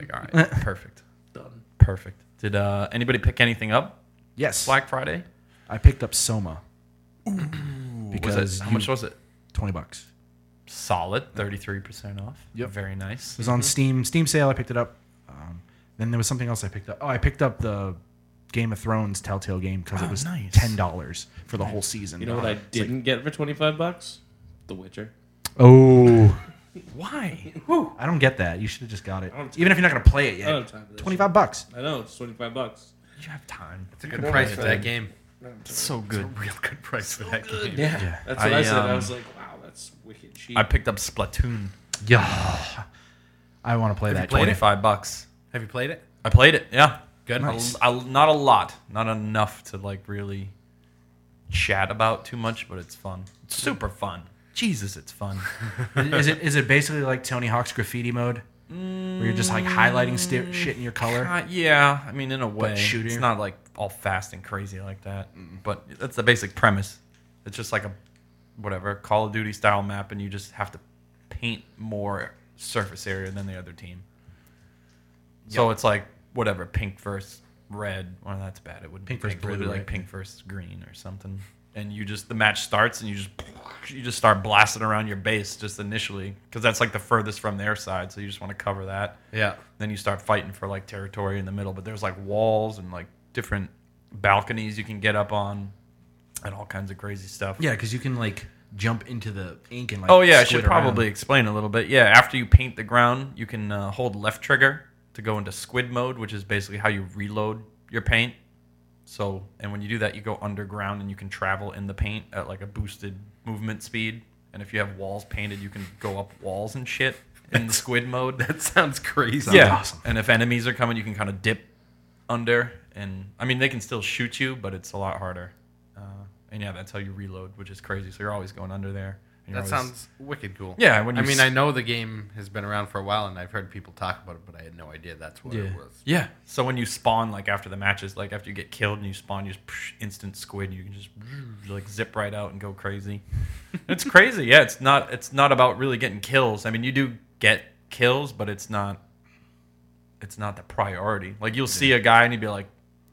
Speaker 3: Like, all right, perfect.
Speaker 4: *laughs* Done.
Speaker 3: Perfect. Did uh, anybody pick anything up
Speaker 1: yes,
Speaker 3: Black Friday?
Speaker 1: I picked up Soma because
Speaker 3: was it, how
Speaker 1: you-
Speaker 3: much was it?
Speaker 1: twenty bucks.
Speaker 3: Solid, 33% off.
Speaker 1: Yep.
Speaker 3: Very nice.
Speaker 1: It was on Steam Steam sale. I picked it up. Um, then there was something else I picked up. Oh, I picked up the Game of Thrones Telltale game because
Speaker 3: Oh,
Speaker 1: it was
Speaker 3: nice.
Speaker 1: ten dollars for the whole season.
Speaker 4: You know what I
Speaker 1: It's like,
Speaker 4: didn't get for 25 bucks? The Witcher.
Speaker 3: *laughs*
Speaker 1: oh,
Speaker 3: Why?
Speaker 1: I don't get that. You should have just got it,
Speaker 4: I don't-
Speaker 1: even if you're not gonna play it
Speaker 4: I don't have
Speaker 1: yet.
Speaker 4: time for this
Speaker 1: Twenty five bucks.
Speaker 4: shit. I know, it's 25 bucks.
Speaker 3: You have time.
Speaker 2: It's a good price for that game.
Speaker 3: It's so good.
Speaker 2: Real good price for that game.
Speaker 4: Yeah.
Speaker 1: Yeah.
Speaker 4: That's what I,
Speaker 3: I,
Speaker 4: said. I
Speaker 3: um,
Speaker 4: was like, wow, that's wicked cheap.
Speaker 3: I picked up Splatoon.
Speaker 1: Yeah, I want to play that.
Speaker 3: At 25 bucks.
Speaker 2: Have you played it?
Speaker 3: I played it. Yeah.
Speaker 2: Good.
Speaker 1: Nice.
Speaker 3: I, not a lot. Not enough to like really chat about too much, but it's fun. It's super fun. Jesus, *laughs* it's fun.
Speaker 1: is it is it basically like Tony Hawk's graffiti mode, where you're just like highlighting sti shit in your color?
Speaker 3: Uh, yeah, I mean, in a way,
Speaker 1: shooter.
Speaker 3: it's not like all fast and crazy like that. But that's the basic premise. It's just like a whatever Call of Duty style map, and you just have to paint more surface area than the other team. So it's like whatever pink versus red. Well, that's bad. It would
Speaker 1: Pink versus
Speaker 3: It'd be
Speaker 1: blue,
Speaker 3: like
Speaker 1: right?
Speaker 3: pink versus green or something. And you just the match starts, and you just you just start blasting around your base just initially because that's like the furthest from their side. So you just want to cover that
Speaker 2: Yeah.
Speaker 3: then you start fighting for like territory in the middle but there's like walls and like different balconies you can get up on and all kinds of crazy stuff
Speaker 1: Yeah, because you can like jump into the ink and like.
Speaker 3: oh yeah i
Speaker 1: squid
Speaker 3: should
Speaker 1: around.
Speaker 3: probably explain a little bit yeah after you paint the ground you can uh, hold left trigger to go into squid mode which is basically how you reload your paint so and when you do that you go underground and you can travel in the paint at like a boosted movement speed and if you have walls painted you can go up walls and shit *laughs* in the squid
Speaker 2: *laughs*
Speaker 3: mode
Speaker 2: That sounds crazy.
Speaker 3: yeah.
Speaker 1: awesome.
Speaker 3: And if enemies are coming, you can kind of dip under, and I mean they can still shoot you, but it's a lot harder. Uh, and yeah, that's how you reload, which is crazy. So you're always going under there. and you're
Speaker 2: That
Speaker 3: always-
Speaker 2: sounds wicked cool.
Speaker 3: Yeah, when
Speaker 2: I
Speaker 3: you
Speaker 2: mean,
Speaker 3: s-
Speaker 2: I know the game has been around for a while, and I've heard people talk about it, but I had no idea that's what it
Speaker 1: Yeah.
Speaker 2: was.
Speaker 3: Yeah. So when you spawn, like after the matches, like after you get killed and you spawn, you just psh, instant squid. You can just like zip right out and go crazy. it's crazy. Yeah. It's not. It's not about really getting kills. I mean, you do get kills, but it's not. It's not the priority. Like you'll see a guy and you'd be like,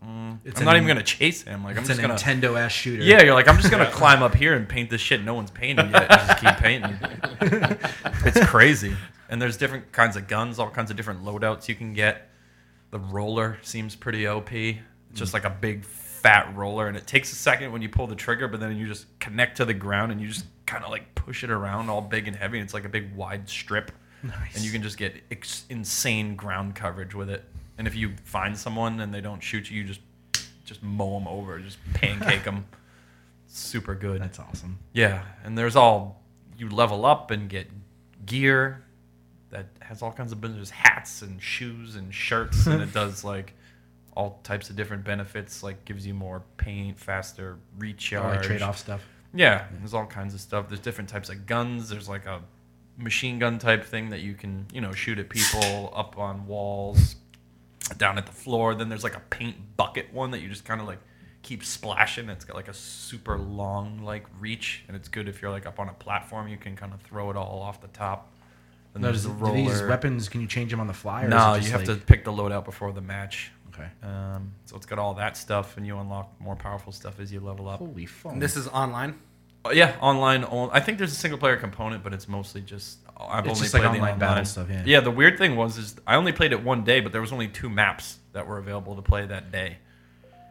Speaker 3: mm,
Speaker 1: It's
Speaker 3: I'm
Speaker 1: an
Speaker 3: not
Speaker 1: in-
Speaker 3: even gonna chase him. Like I'm
Speaker 1: It's a
Speaker 3: just gonna.
Speaker 1: Nintendo ass shooter.
Speaker 3: Yeah, you're like, I'm just gonna climb up here and paint this shit no one's painted yet. And just keep painting.
Speaker 1: *laughs*
Speaker 3: it's crazy. And there's different kinds of guns, all kinds of different loadouts you can get. The roller seems pretty OP. It's
Speaker 1: Mm.
Speaker 3: just like a big fat roller, and it takes a second when you pull the trigger, but then you just connect to the ground and you just kind of like push it around, all big and heavy. It's like a big wide strip,
Speaker 1: Nice.
Speaker 3: and you can just get ex- insane ground coverage with it. And if you find someone and they don't shoot you, you just just mow them
Speaker 1: *laughs*
Speaker 3: over, just pancake them. Super good.
Speaker 1: That's awesome.
Speaker 3: Yeah, and there's all you level up and get gear that has all kinds of benefits, hats and shoes and shirts, and it
Speaker 1: *laughs*
Speaker 3: does like all types of different benefits. Like gives you more paint, faster
Speaker 1: Oh,
Speaker 3: recharge,
Speaker 1: like trade off stuff.
Speaker 3: Yeah, there's all kinds of stuff. There's different types of guns. There's like a machine gun type thing that you can you know shoot at people up on walls, down at the floor. Then there's like a paint bucket one that you just kind of like keeps splashing. It's got like a super long like reach, and it's good if you're like up on a platform. You can kind of throw it all off the top. And
Speaker 1: No,
Speaker 3: there's
Speaker 1: does,
Speaker 3: the
Speaker 1: do
Speaker 3: roller.
Speaker 1: these weapons, can you change them on the fly? Or is it
Speaker 3: no, you
Speaker 1: just
Speaker 3: have to
Speaker 1: like-
Speaker 3: pick the loadout before the match.
Speaker 1: Okay.
Speaker 3: Um, so it's got all that stuff, and you unlock more powerful stuff as you level up.
Speaker 1: Holy fuck.
Speaker 2: And this is online.
Speaker 3: Oh, yeah, online. On- I think there's a single player component, but it's mostly just I've
Speaker 1: It's
Speaker 3: only
Speaker 1: just, like,
Speaker 3: played the
Speaker 1: online
Speaker 3: online
Speaker 1: battle stuff, yeah.
Speaker 3: the weird thing was is I only played it one day, but there was only two maps that were available to play that day,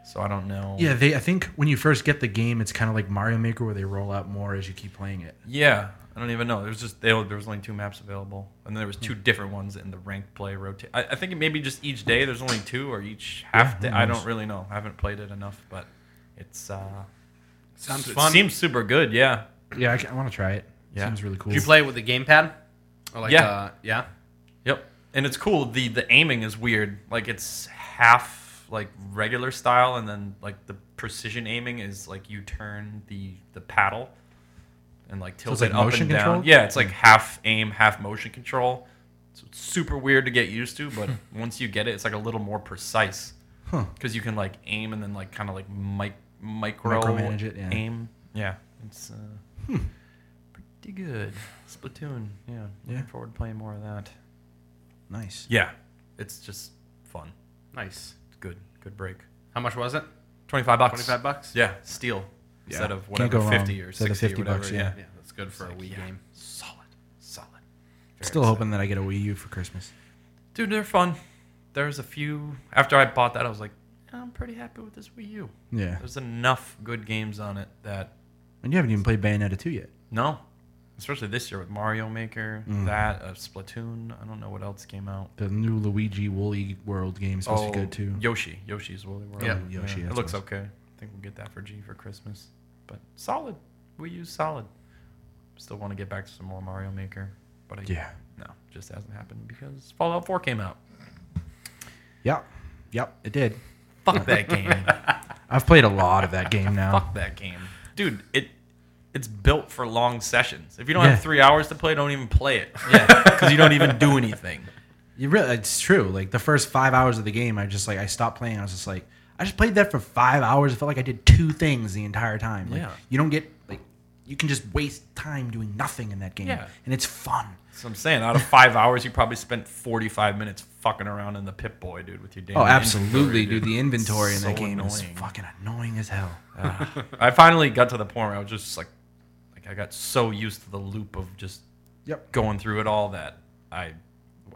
Speaker 3: so I don't know.
Speaker 1: Yeah, they. I think when you first get the game, it's kind of like Mario Maker, where they roll out more as you keep playing it.
Speaker 3: Yeah, I don't even know. There was just they, there was only two maps available, and there was two
Speaker 1: Hmm.
Speaker 3: different ones in the ranked play rotate. I, I think it maybe just each day there's only two or each half
Speaker 1: who
Speaker 3: day. I
Speaker 1: knows?
Speaker 3: don't really know. I haven't played it enough, but it's uh,
Speaker 2: Sounds
Speaker 3: it
Speaker 2: fun.
Speaker 3: Seems super good. Yeah,
Speaker 1: Yeah, I, want to try it.
Speaker 3: Yeah.
Speaker 1: Seems really cool.
Speaker 2: Did you play it with the gamepad? Or like,
Speaker 3: Yeah.
Speaker 2: Uh, yeah.
Speaker 3: Yep. And it's cool. The the aiming is weird. Like it's half like regular style and then like the precision aiming is like you turn the the paddle and like tilt
Speaker 1: it's, like,
Speaker 3: it up
Speaker 1: motion
Speaker 3: and down.
Speaker 1: controlled?
Speaker 3: Yeah, it's like half aim, half motion control. So it's super weird to get used
Speaker 1: *laughs*
Speaker 3: to, but once you get it, it's like a little more precise
Speaker 1: Huh.
Speaker 3: because you can like aim and then like kind of like mic- micro
Speaker 1: Micromanage it, yeah. Hmm.
Speaker 3: aim. Yeah, it's uh, pretty good. Splatoon. Yeah,
Speaker 1: Yeah.
Speaker 3: looking forward to playing more of that.
Speaker 1: Nice.
Speaker 3: Yeah, it's just fun.
Speaker 2: Nice.
Speaker 3: It's good, good break.
Speaker 2: How much was it?
Speaker 3: Twenty five bucks.
Speaker 2: 25 bucks?
Speaker 3: Yeah, steel
Speaker 1: Yeah.
Speaker 3: instead of
Speaker 1: Can't
Speaker 3: whatever
Speaker 1: go wrong.
Speaker 3: fifty or
Speaker 1: Instead of
Speaker 3: sixty
Speaker 1: 50
Speaker 3: or whatever.
Speaker 1: bucks,
Speaker 3: yeah.
Speaker 1: yeah.
Speaker 2: Yeah, that's good for a
Speaker 3: Like,
Speaker 2: Wii
Speaker 3: yeah,
Speaker 2: game.
Speaker 3: Solid, solid. Very
Speaker 1: Still
Speaker 3: excited.
Speaker 1: hoping that I get a Wii U for Christmas.
Speaker 3: dude. They're fun. There's a few. After I bought that, I was like, I'm pretty happy with this Wii U.
Speaker 1: Yeah.
Speaker 3: There's enough good games on it that
Speaker 1: And you haven't even played Bayonetta 2 yet.
Speaker 3: no, especially this year with Mario Maker, that uh, Splatoon. I don't know what else came out.
Speaker 1: The new Luigi Woolly World game is supposed to be
Speaker 3: Oh,
Speaker 1: good too.
Speaker 3: Yoshi. Yoshi's Woolly World.
Speaker 1: Yeah, Yoshi,
Speaker 3: It
Speaker 1: that's
Speaker 3: looks
Speaker 1: what
Speaker 3: okay. I think we'll get that for G for Christmas. But solid. We use solid. Still want to get back to some more Mario Maker, but I,
Speaker 1: Yeah.
Speaker 3: no, just hasn't happened because Fallout 4 came out.
Speaker 1: Yep. Yep. It did. *laughs*
Speaker 3: Fuck that game.
Speaker 1: I've played a lot of that game now.
Speaker 3: Fuck that game, dude. It it's built for long sessions. If you don't
Speaker 1: Yeah.
Speaker 3: have three hours to play, don't even play it. Yeah, *laughs* because you don't even do anything.
Speaker 1: You really, it's true. Like the first five hours of the game, I just like I stopped playing. I was just like, I just played that for five hours. It felt like I did two things the entire time. Like,
Speaker 3: Yeah.
Speaker 1: You don't get like, you can just waste time doing nothing in that game,
Speaker 3: Yeah.
Speaker 1: and it's fun.
Speaker 3: So I'm saying, out of five hours, you probably spent 45 minutes fucking around in the Pit Boy, dude, with your damn.
Speaker 1: Oh, absolutely,
Speaker 3: inventory,
Speaker 1: dude. The inventory in
Speaker 3: So
Speaker 1: that game is
Speaker 3: annoying.
Speaker 1: fucking annoying as hell.
Speaker 3: *laughs* I finally got to the point where I was just like, like I got so used to the loop of just
Speaker 1: Yep.
Speaker 3: going through it all that I,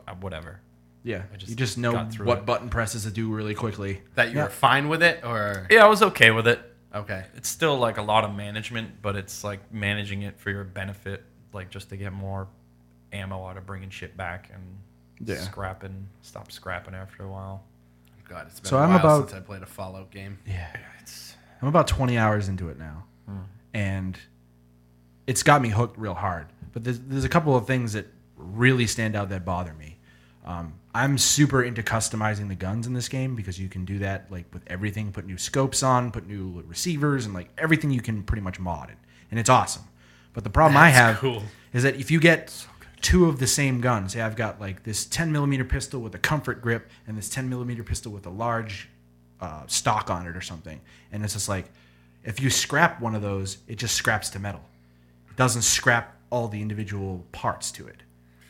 Speaker 3: I- whatever.
Speaker 1: Yeah.
Speaker 3: just
Speaker 1: you just know
Speaker 3: got through
Speaker 1: what
Speaker 3: it.
Speaker 1: button presses to do really quickly.
Speaker 2: That you
Speaker 1: Yeah.
Speaker 2: were fine with it, or
Speaker 3: Yeah, I was okay with it.
Speaker 2: okay,
Speaker 3: It's still like a lot of management, but it's like managing it for your benefit, like just to get more ammo out of bringing shit back and
Speaker 1: Yeah.
Speaker 3: scrapping, stop scrapping after a while.
Speaker 2: God, it's been
Speaker 1: So
Speaker 2: a
Speaker 1: I'm
Speaker 2: while
Speaker 1: about-
Speaker 2: since I played a Fallout game.
Speaker 1: Yeah.
Speaker 3: It's Hmm.
Speaker 1: I'm about 20 hours into it now, and it's got me hooked real hard. But there's, there's a couple of things that really stand out that bother me. Um, I'm super into customizing the guns in this game because you can do that like with everything. Put new scopes on, put new receivers, and like everything you can pretty much mod it, and it's awesome. But the problem I have
Speaker 2: cool.
Speaker 1: is that if you get two of the same gun, say I've got like this 10 millimeter pistol with a comfort grip and this 10 millimeter pistol with a large uh, stock on it or something, and it's just like if you scrap one of those, it just scraps to metal. It doesn't scrap all the individual parts to it,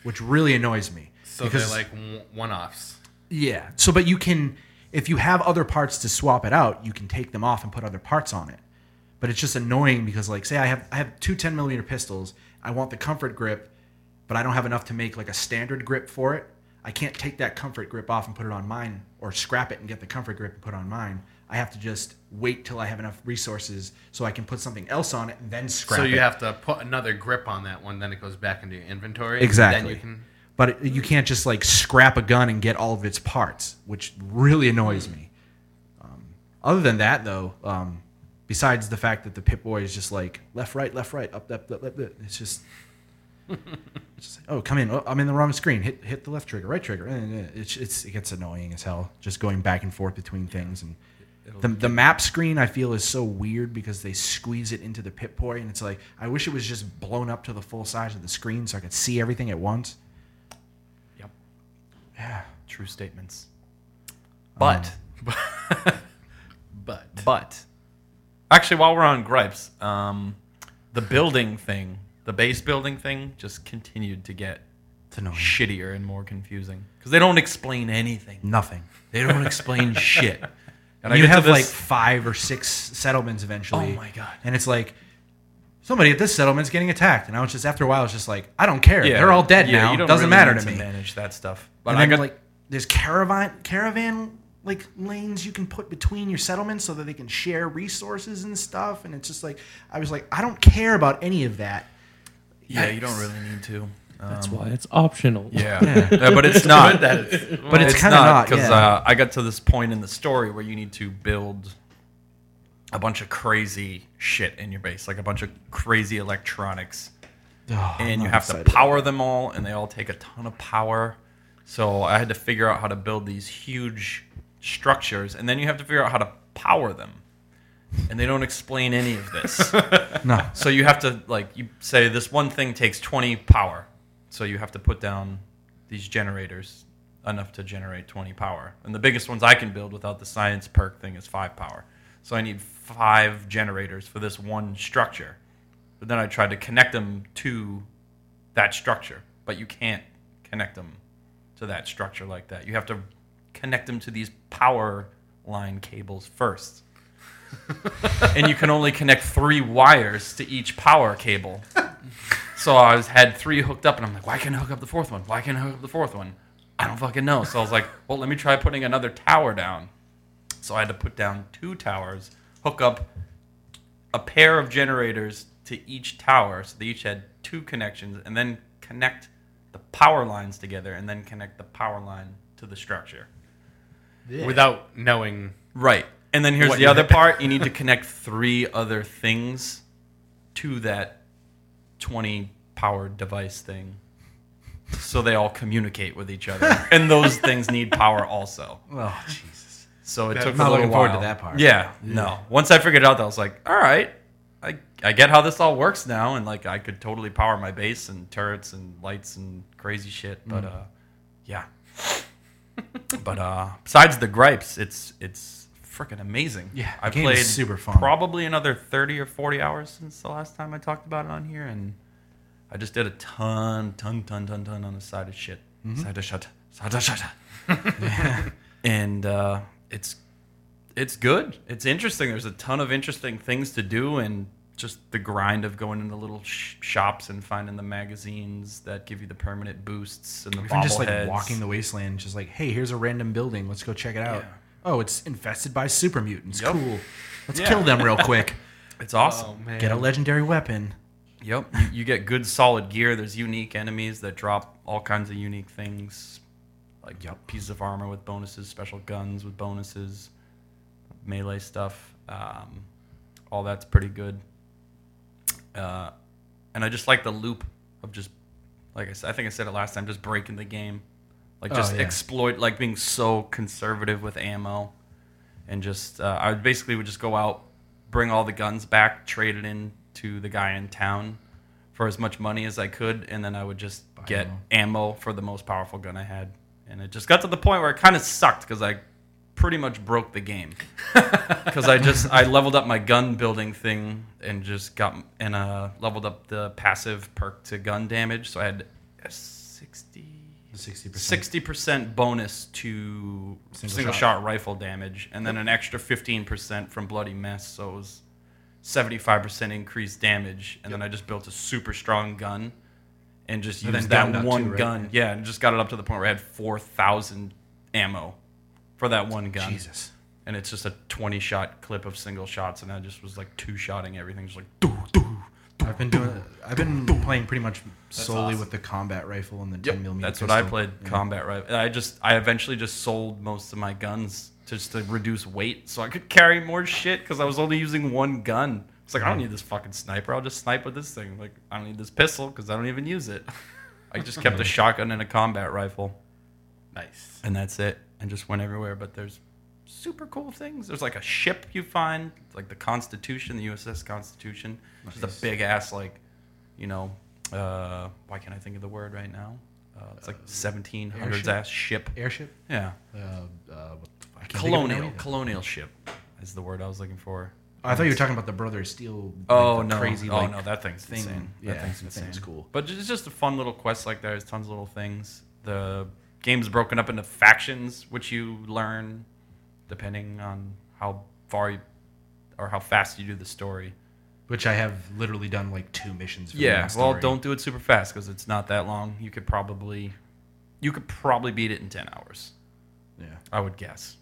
Speaker 1: which really annoys me.
Speaker 2: So
Speaker 1: because-
Speaker 2: they're like w- one-offs.
Speaker 1: yeah. So, but you can, if you have other parts to swap it out, you can take them off and put other parts on it. But it's just annoying because, like, say I have I have two 10 millimeter pistols. I want the comfort grip, but I don't have enough to make like a standard grip for it. I can't take that comfort grip off and put it on mine, or scrap it and get the comfort grip and put it on mine. I have to just wait till I have enough resources so I can put something else on it and then scrap
Speaker 2: so
Speaker 1: it.
Speaker 2: you have to put another grip on that one, then it goes back into your inventory.
Speaker 1: Exactly.
Speaker 2: Then you can.
Speaker 1: but it- you can't just like scrap a gun and get all of its parts, which really annoys me. Um, other than that, though, um, besides the fact that the Pip Boy is just like left, right, left, right, up, up, up, up, up it's just. it's just like, Oh, come in! Oh, I'm in the wrong screen. Hit hit the left trigger, right trigger. Eh, eh, eh. It's, it's it gets annoying as hell. Just going back and forth between things, and the, the map screen I feel is so weird because they squeeze it into the Pip Boy, and it's like I wish it was just blown up to the full size of the screen so I could see everything at once.
Speaker 3: Yep.
Speaker 1: Yeah.
Speaker 3: True statements. *laughs* But
Speaker 2: But
Speaker 3: Um, but Actually, while we're on gripes, um, the building thing, the base building thing, just continued to get
Speaker 1: It's annoying.
Speaker 3: shittier and more confusing because they don't explain anything.
Speaker 1: Nothing. They don't
Speaker 3: *laughs*
Speaker 1: explain shit.
Speaker 3: And I
Speaker 1: you
Speaker 3: get to
Speaker 1: have
Speaker 3: this-
Speaker 1: like five or six settlements eventually.
Speaker 3: Oh my God.
Speaker 1: And it's like somebody at this settlement's getting attacked, and I was just after a while, I was just like, I don't care. They're all dead
Speaker 3: Yeah,
Speaker 1: now.
Speaker 3: you
Speaker 1: It
Speaker 3: don't
Speaker 1: doesn't
Speaker 3: really
Speaker 1: matter
Speaker 3: need
Speaker 1: to me.
Speaker 3: Manage that stuff. But
Speaker 1: and
Speaker 3: I
Speaker 1: then
Speaker 3: got
Speaker 1: like there's caravan caravan like lanes you can put between your settlements so that they can share resources and stuff. And it's just like I was like, I don't care about any of that.
Speaker 3: yeah, you don't really need *laughs* to.
Speaker 4: That's why it's optional.
Speaker 3: Yeah, Yeah, but *laughs* it's not.
Speaker 1: But it's, kind of not.
Speaker 3: because
Speaker 1: yeah.
Speaker 3: uh, I got to this point in the story where you need to build a bunch of crazy shit in your base, like a bunch of crazy electronics,
Speaker 1: Oh, I'm
Speaker 3: and you
Speaker 1: not
Speaker 3: have to
Speaker 1: excited.
Speaker 3: power them all, and they all take a ton of power. So I had to figure out how to build these huge structures, and then you have to figure out how to power them. And they don't explain any of this.
Speaker 1: No.
Speaker 3: So you have to like you say this one thing takes 20 power. So you have to put down these generators enough to generate 20 power. And the biggest ones I can build without the science perk thing is 5 power. So I need 5 generators for this one structure. But then I tried to connect them to that structure, but you can't connect them to that structure like that. You have to connect them to these power line cables first *laughs* and you can only connect three wires to each power cable. So I was had three hooked up, and I'm like, why can't I hook up the fourth one? Why can't I hook up the fourth one? I don't fucking know. So I was like, well, let me try putting another tower down. So I had to put down two towers, hook up a pair of generators to each tower, so they each had two connections, and then connect the power lines together, and then connect the power line to the structure.
Speaker 2: without knowing.
Speaker 3: Right. And then here's
Speaker 2: What
Speaker 3: the
Speaker 2: you
Speaker 3: other
Speaker 2: have-
Speaker 3: part. You
Speaker 2: *laughs*
Speaker 3: need to connect three other things to that 20 power device thing. So they all communicate with each other.
Speaker 2: *laughs*
Speaker 3: And those things need power also.
Speaker 1: Oh Jesus.
Speaker 3: So it
Speaker 2: That-
Speaker 3: took
Speaker 2: I'm
Speaker 1: not
Speaker 3: a little
Speaker 1: looking forward to
Speaker 3: while.
Speaker 1: that part.
Speaker 3: Yeah, No. Once I figured it out, I was like, all right, I, I get how this all works now. And like, I could totally power my base and turrets and lights and crazy shit. But,
Speaker 1: Mm.
Speaker 3: uh, yeah. *laughs* but, uh, besides the gripes, it's, it's freaking amazing.
Speaker 1: Yeah, the
Speaker 3: I
Speaker 1: game is
Speaker 3: played
Speaker 1: super fun.
Speaker 3: probably another 30 or 40 hours since the last time I talked about it on here. And I just did a ton, ton, ton, ton, ton on the side of shit.
Speaker 1: Mm-hmm.
Speaker 3: Side of shut,
Speaker 1: Oh,
Speaker 3: side of shut and uh, it's it's good. It's interesting. There's a ton of interesting things to do, and just the grind of going into little sh- shops and finding the magazines that give you the permanent boosts and the
Speaker 1: Even just like
Speaker 3: bobbleheads.
Speaker 1: walking the wasteland, just like, hey, here's a random building. Let's go check it out.
Speaker 3: Yeah.
Speaker 1: Oh, it's infested by super mutants.
Speaker 3: Yep.
Speaker 1: Cool. Let's
Speaker 3: Yeah.
Speaker 1: kill them
Speaker 3: *laughs*
Speaker 1: real quick.
Speaker 3: It's awesome.
Speaker 2: man.
Speaker 1: Get a legendary weapon.
Speaker 3: Yep. You, you get good solid gear. There's unique enemies that drop all kinds of unique things, like pieces of armor with bonuses, special guns with bonuses, melee stuff. Um, all that's pretty good. Uh, and I just like the loop of just, like I said, I think I said it last time, just breaking the game, like
Speaker 1: Oh,
Speaker 3: just
Speaker 1: yeah.
Speaker 3: exploit, like being so conservative with ammo, and just uh, I basically would just go out, bring all the guns back, trade it in to the guy in town for as much money as I could, and then I would just get
Speaker 1: ammo.
Speaker 3: ammo for the most powerful gun I had. And it just got to the point where it kind of sucked because I pretty much broke the game because I just I leveled up my gun building thing and just got and uh leveled up the passive perk to gun damage, so I had a 60
Speaker 1: Sixty percent.
Speaker 3: sixty percent bonus to single,
Speaker 1: Single
Speaker 3: shot.
Speaker 1: shot.
Speaker 3: rifle damage, and then an extra fifteen percent from bloody mess. So it was seventy five percent increased damage, and then I just built a super strong gun, and just
Speaker 1: And then
Speaker 3: used
Speaker 1: downed
Speaker 3: that
Speaker 1: up
Speaker 3: one
Speaker 1: too, right?
Speaker 3: gun. Yeah, and just got it up to the point where I had four thousand ammo for that one gun.
Speaker 1: Jesus.
Speaker 3: And it's just a twenty shot clip of single shots, and I just was like two shotting everything, just like doo doo.
Speaker 1: I've been doing. I've been playing pretty much solely with the combat rifle and the ten
Speaker 3: Yep,
Speaker 1: millimeter.
Speaker 3: That's what I
Speaker 1: pistol.
Speaker 3: played combat right. I just I eventually just sold most of my guns just to reduce weight so I could carry more shit because I was only using one gun. It's like I don't need this fucking sniper. I'll just snipe with this thing. Like I don't need this pistol because I don't even use it. I
Speaker 1: *laughs*
Speaker 3: just kept a shotgun and a combat rifle
Speaker 2: Nice.
Speaker 3: and that's it and just went everywhere but there's super cool things there's like a ship you find it's like the constitution the uss constitution which is a big ass like you know uh, why can't i think of the word right now uh, it's like 1700s ass ship
Speaker 1: Airship.
Speaker 3: yeah
Speaker 1: Uh, uh, what the fuck? I can't think of it
Speaker 3: colonial
Speaker 1: now.
Speaker 3: colonial ship is the word i was looking for
Speaker 1: I thought you were talking about the brother steel. like,
Speaker 3: Oh
Speaker 1: the
Speaker 3: no!
Speaker 1: Crazy.
Speaker 3: oh
Speaker 1: like,
Speaker 3: no, that thing's
Speaker 1: thing.
Speaker 3: insane.
Speaker 1: Yeah,
Speaker 3: that thing's
Speaker 1: that
Speaker 3: insane.
Speaker 1: thing's cool.
Speaker 3: But it's just a fun little quest like that. There's tons of little things. The game's broken up into factions, which you learn depending on how far you, or how fast you do the story.
Speaker 1: Which I have literally done like two missions. For the
Speaker 3: Yeah,
Speaker 1: main
Speaker 3: well,
Speaker 1: story.
Speaker 3: don't do it super fast because it's not that long. You could probably, you could probably beat it in ten hours.
Speaker 1: Yeah.
Speaker 3: I would guess,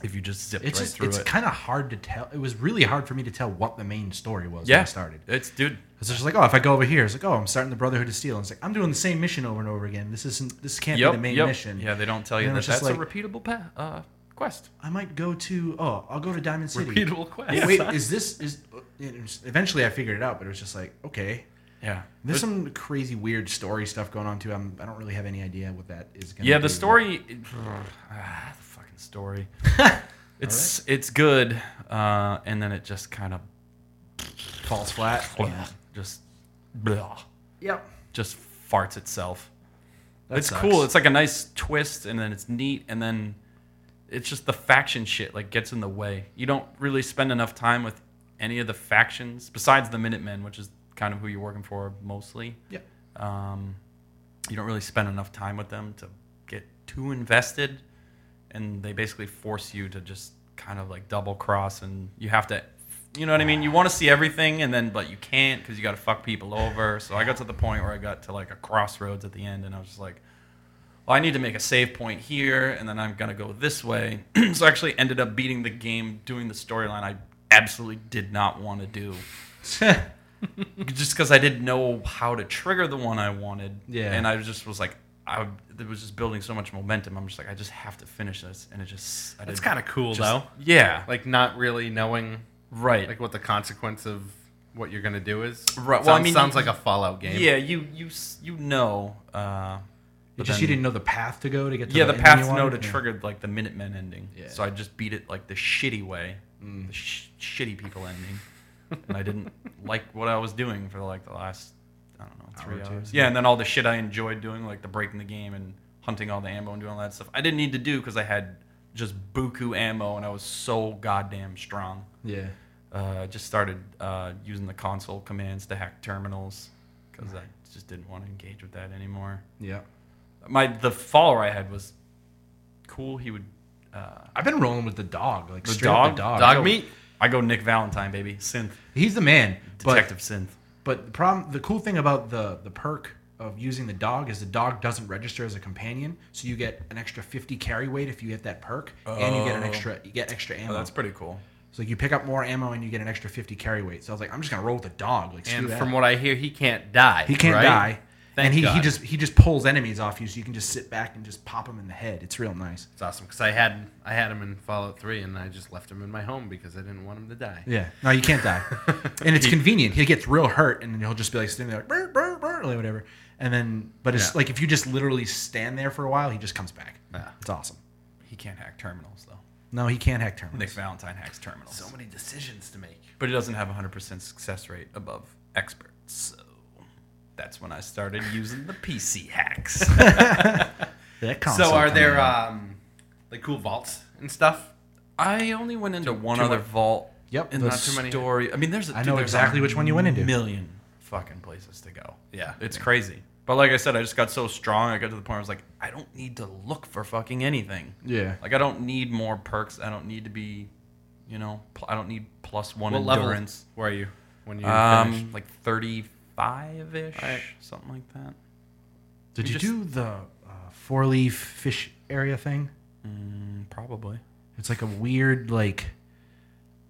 Speaker 3: if you just zip
Speaker 1: It's
Speaker 3: right
Speaker 1: just
Speaker 3: through
Speaker 1: it's
Speaker 3: it.
Speaker 1: kind of hard to tell. It was really hard for me to tell what the main story was when
Speaker 3: yeah,
Speaker 1: I started.
Speaker 3: It's dude.
Speaker 1: It's just like, oh, if I go over here, it's like, oh, I'm starting the Brotherhood of Steel. And it's like I'm doing the same mission over and over again. This isn't. This can't
Speaker 3: Yep,
Speaker 1: be the main
Speaker 3: yep.
Speaker 1: mission.
Speaker 3: Yeah, they don't tell you
Speaker 1: And
Speaker 3: that
Speaker 1: it's
Speaker 3: that's
Speaker 1: just
Speaker 3: a
Speaker 1: like-
Speaker 3: repeatable pa- uh, quest.
Speaker 1: I might go to. Oh, I'll go to Diamond City.
Speaker 3: Repeatable quest.
Speaker 1: Well, Wait, is this is? it was- Eventually, I figured it out, but it was just like, okay,
Speaker 3: Yeah.
Speaker 1: there's some crazy, weird story stuff going on too. I'm, I don't really have any idea what that is. Gonna
Speaker 3: yeah,
Speaker 1: be,
Speaker 3: the
Speaker 1: but-
Speaker 3: story. *sighs* ah, the fucking *laughs* story. it's it's good, uh, and then it just kind of
Speaker 1: falls
Speaker 3: *laughs*
Speaker 1: flat.
Speaker 3: just blah,
Speaker 1: Yep.
Speaker 3: just farts itself.
Speaker 1: That
Speaker 3: it's
Speaker 1: sucks.
Speaker 3: cool. It's like a nice twist, and then it's neat, and then it's just the faction shit like gets in the way. You don't really spend enough time with any of the factions besides the Minutemen, which is kind of who you're working for mostly.
Speaker 1: Yeah.
Speaker 3: um, you don't really spend enough time with them to get too invested and they basically force you to just kind of like double cross and you have to you know what i mean you want to see everything and then but you can't because you got to fuck people over so i got to the point where i got to like a crossroads at the end and i was just like well i need to make a save point here and then i'm gonna go this way *clears throat* so i actually ended up beating the game doing the storyline i absolutely did not want to do just because I didn't know how to trigger the one I wanted.
Speaker 1: Yeah.
Speaker 3: And I just was like, I it was just building so much momentum. I'm just like, I just have to finish this, and it just I
Speaker 2: That's
Speaker 3: didn't-
Speaker 2: kind of cool
Speaker 3: just-
Speaker 2: though.
Speaker 3: Yeah.
Speaker 2: Like not really knowing
Speaker 3: right.
Speaker 2: like what the consequence of what you're gonna do is.
Speaker 3: Right, well, I
Speaker 2: Sounds,
Speaker 3: mean,
Speaker 2: sounds
Speaker 3: you-
Speaker 2: like a Fallout game.
Speaker 3: yeah. You you s- you know. Uh,
Speaker 1: It's
Speaker 3: but
Speaker 1: just
Speaker 3: then-
Speaker 1: you didn't know the path to go to get to
Speaker 3: Yeah,
Speaker 1: the,
Speaker 3: the
Speaker 1: ending you
Speaker 3: path no to
Speaker 1: wanted? Yeah.
Speaker 3: trigger like the Minutemen ending.
Speaker 1: Yeah.
Speaker 3: So I just beat it like the shitty way, the sh- shitty people ending, and I didn't like what I was doing for like the last I don't know
Speaker 1: Hour
Speaker 3: three
Speaker 1: or two.
Speaker 3: hours. Yeah, and then all the shit I enjoyed doing, like the breaking the game and hunting all the ammo and doing all that stuff, I didn't need to do because I had just buku ammo and I was so goddamn strong.
Speaker 1: Yeah.
Speaker 3: Uh, I just started uh, using the console commands to hack terminals because I just didn't want to engage with that anymore
Speaker 1: Yeah.
Speaker 3: my the follower I had was cool. He would uh,
Speaker 1: I've been rolling with the dog, like
Speaker 3: The
Speaker 1: straight up
Speaker 3: dog?
Speaker 1: the dog.
Speaker 2: Dog
Speaker 3: Yo.
Speaker 2: meat.
Speaker 3: I go Nick Valentine, baby, synth
Speaker 1: He's the man. But,
Speaker 3: detective synth.
Speaker 1: but the problem, the cool thing about the the perk of using the dog is the dog doesn't register as a companion, so you get an extra 50 carry weight if you get that perk, and you get an
Speaker 3: Oh.
Speaker 1: extra you get extra ammo.
Speaker 3: Oh, that's pretty cool.
Speaker 1: so you pick up more ammo and you get an extra 50 carry weight. So I was like, I'm just gonna roll with the dog. Like, screw
Speaker 2: And
Speaker 1: that.
Speaker 2: from what I hear, he can't die.
Speaker 1: he can't
Speaker 2: right?
Speaker 1: die.
Speaker 2: Thank
Speaker 1: and he, he
Speaker 2: God.
Speaker 1: just he just pulls enemies off you, so you can just sit back and just pop them in the head. It's real nice.
Speaker 2: It's awesome because I had I had him in Fallout Three, and I just left him in my home because I didn't want him to die.
Speaker 1: Yeah. No, you can't die. and
Speaker 2: *laughs*
Speaker 1: it's convenient. He gets real hurt and then he'll just be like sitting there like, burr, burr, burr, like whatever. And then, but it's
Speaker 2: Yeah.
Speaker 1: like if you just literally stand there for a while, he just comes back.
Speaker 2: Yeah.
Speaker 1: It's awesome.
Speaker 3: He can't hack terminals though.
Speaker 1: No, he can't hack terminals.
Speaker 3: Nick Valentine hacks terminals,
Speaker 2: So many decisions to make.
Speaker 3: but he doesn't have a hundred percent success rate above expert. So that's when I started using the PC hacks. *laughs*
Speaker 1: That
Speaker 2: so
Speaker 3: Oh,
Speaker 1: console
Speaker 2: are
Speaker 1: coming
Speaker 2: there
Speaker 1: out.
Speaker 2: um like cool vaults and stuff?
Speaker 3: I only went into one
Speaker 2: too
Speaker 3: other
Speaker 2: much-
Speaker 3: vault.
Speaker 1: Yep,
Speaker 3: in
Speaker 1: not
Speaker 3: the
Speaker 1: too
Speaker 2: many-
Speaker 3: story. I mean, there's. I
Speaker 1: know exactly which one you went into.
Speaker 3: Million fucking places to go.
Speaker 2: Yeah.
Speaker 3: it's crazy. But like I said, I just got so strong. I got to the point where I was like, I don't need to look for fucking anything.
Speaker 1: Yeah.
Speaker 3: Like I don't need more perks. I don't need to be, you know, pl- I don't need plus one
Speaker 2: What level
Speaker 3: endurance.
Speaker 2: were you when you
Speaker 3: Um,
Speaker 2: finished?
Speaker 3: like thirty-five ish,
Speaker 2: Alright.
Speaker 3: something like that.
Speaker 1: Did
Speaker 3: you
Speaker 1: you
Speaker 3: just-
Speaker 1: do the uh, four leaf fish area thing?
Speaker 3: Mm, probably.
Speaker 1: It's like a weird, like,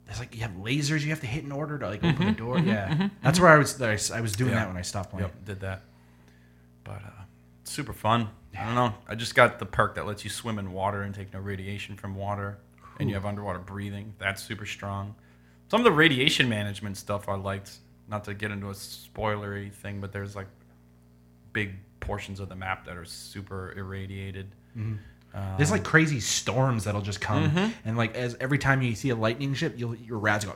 Speaker 1: it's like you have lasers you have to hit in order to like open
Speaker 2: Mm-hmm.
Speaker 1: the door. yeah. That's where I was, I s- I was doing
Speaker 3: Yeah.
Speaker 1: that when I stopped playing.
Speaker 3: Yep, did that. But uh, it's super fun. I don't know. I just got the perk that lets you swim in water and take no radiation from water, and you have underwater breathing. That's super strong. Some of the radiation management stuff I liked. Not to get into a spoilery thing, but there's like big portions of the map that are super irradiated.
Speaker 1: There's like crazy storms that'll just come, and like as every time you see a lightning ship, you'll, your rads go.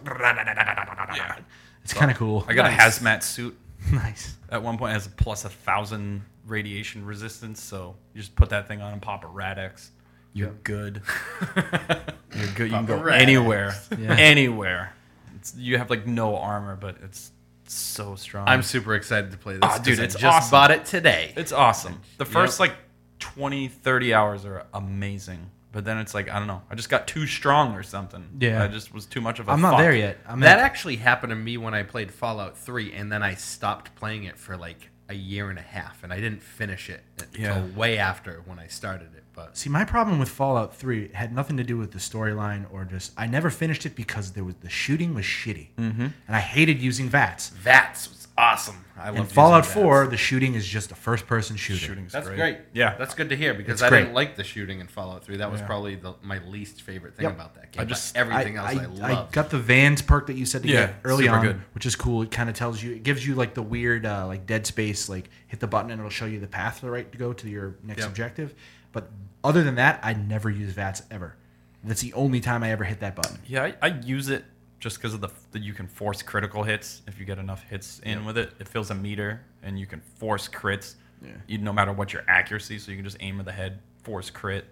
Speaker 1: It's kind of cool.
Speaker 3: I got
Speaker 1: Nice.
Speaker 3: a hazmat suit.
Speaker 1: *laughs* nice.
Speaker 3: At one point, it has a plus a thousand radiation resistance. So you just put that thing on and pop a Radex. *laughs* You're good. You're good. You can
Speaker 2: Pop a
Speaker 3: go
Speaker 2: Radex.
Speaker 3: anywhere.
Speaker 1: Yeah.
Speaker 3: Anywhere. It's, you have like no armor, but it's so strong.
Speaker 2: I'm super excited to play this.
Speaker 3: Ah,
Speaker 2: 'cause
Speaker 3: dude,
Speaker 2: I
Speaker 3: it's
Speaker 2: just
Speaker 3: awesome.
Speaker 2: bought it today.
Speaker 3: It's awesome. The first like 20, 30 hours are amazing. But then it's like, I don't know. I just got too strong or something.
Speaker 1: Yeah.
Speaker 3: I just was too much of a
Speaker 1: I'm not
Speaker 3: fuck.
Speaker 1: there yet. I'm
Speaker 2: that
Speaker 1: at-
Speaker 2: actually happened to me when I played Fallout 3, and then I stopped playing it for like a year and a half, and I didn't finish it until
Speaker 3: Yeah.
Speaker 2: way after when I started it. But
Speaker 1: See, my problem with Fallout 3 had nothing to do with the storyline or just I never finished it because there was the shooting was shitty. Mm-hmm. And I hated using VATS.
Speaker 2: Vats was awesome. I love
Speaker 1: In Fallout 4, the shooting is just a first person shooter.
Speaker 3: Shooting's
Speaker 2: That's great.
Speaker 3: Yeah.
Speaker 2: that's good to hear because
Speaker 1: It's
Speaker 2: I
Speaker 1: great.
Speaker 2: didn't like the shooting in Fallout 3. That was probably the, my least favorite thing
Speaker 1: Yep.
Speaker 2: about that game.
Speaker 3: I
Speaker 2: but
Speaker 3: just-
Speaker 2: everything
Speaker 1: I,
Speaker 2: else I,
Speaker 1: I,
Speaker 2: love.
Speaker 1: got the Vans perk that you said to
Speaker 3: Yeah,
Speaker 1: get early
Speaker 3: super
Speaker 1: on,
Speaker 3: good.
Speaker 1: which is cool. It kind of tells you, it gives you like the weird, uh, like Dead Space, like hit the button and it'll show you the path to the right to go to your next
Speaker 2: Yep.
Speaker 1: objective. But other than that, I never use VATS ever. That's the only time I ever hit that button.
Speaker 3: Yeah, I, I use it just because of the that you can force critical hits if you get enough hits in with it. It fills a meter, and you can force crits. Yeah. You no matter what your accuracy, so you can just aim with the head, force crit,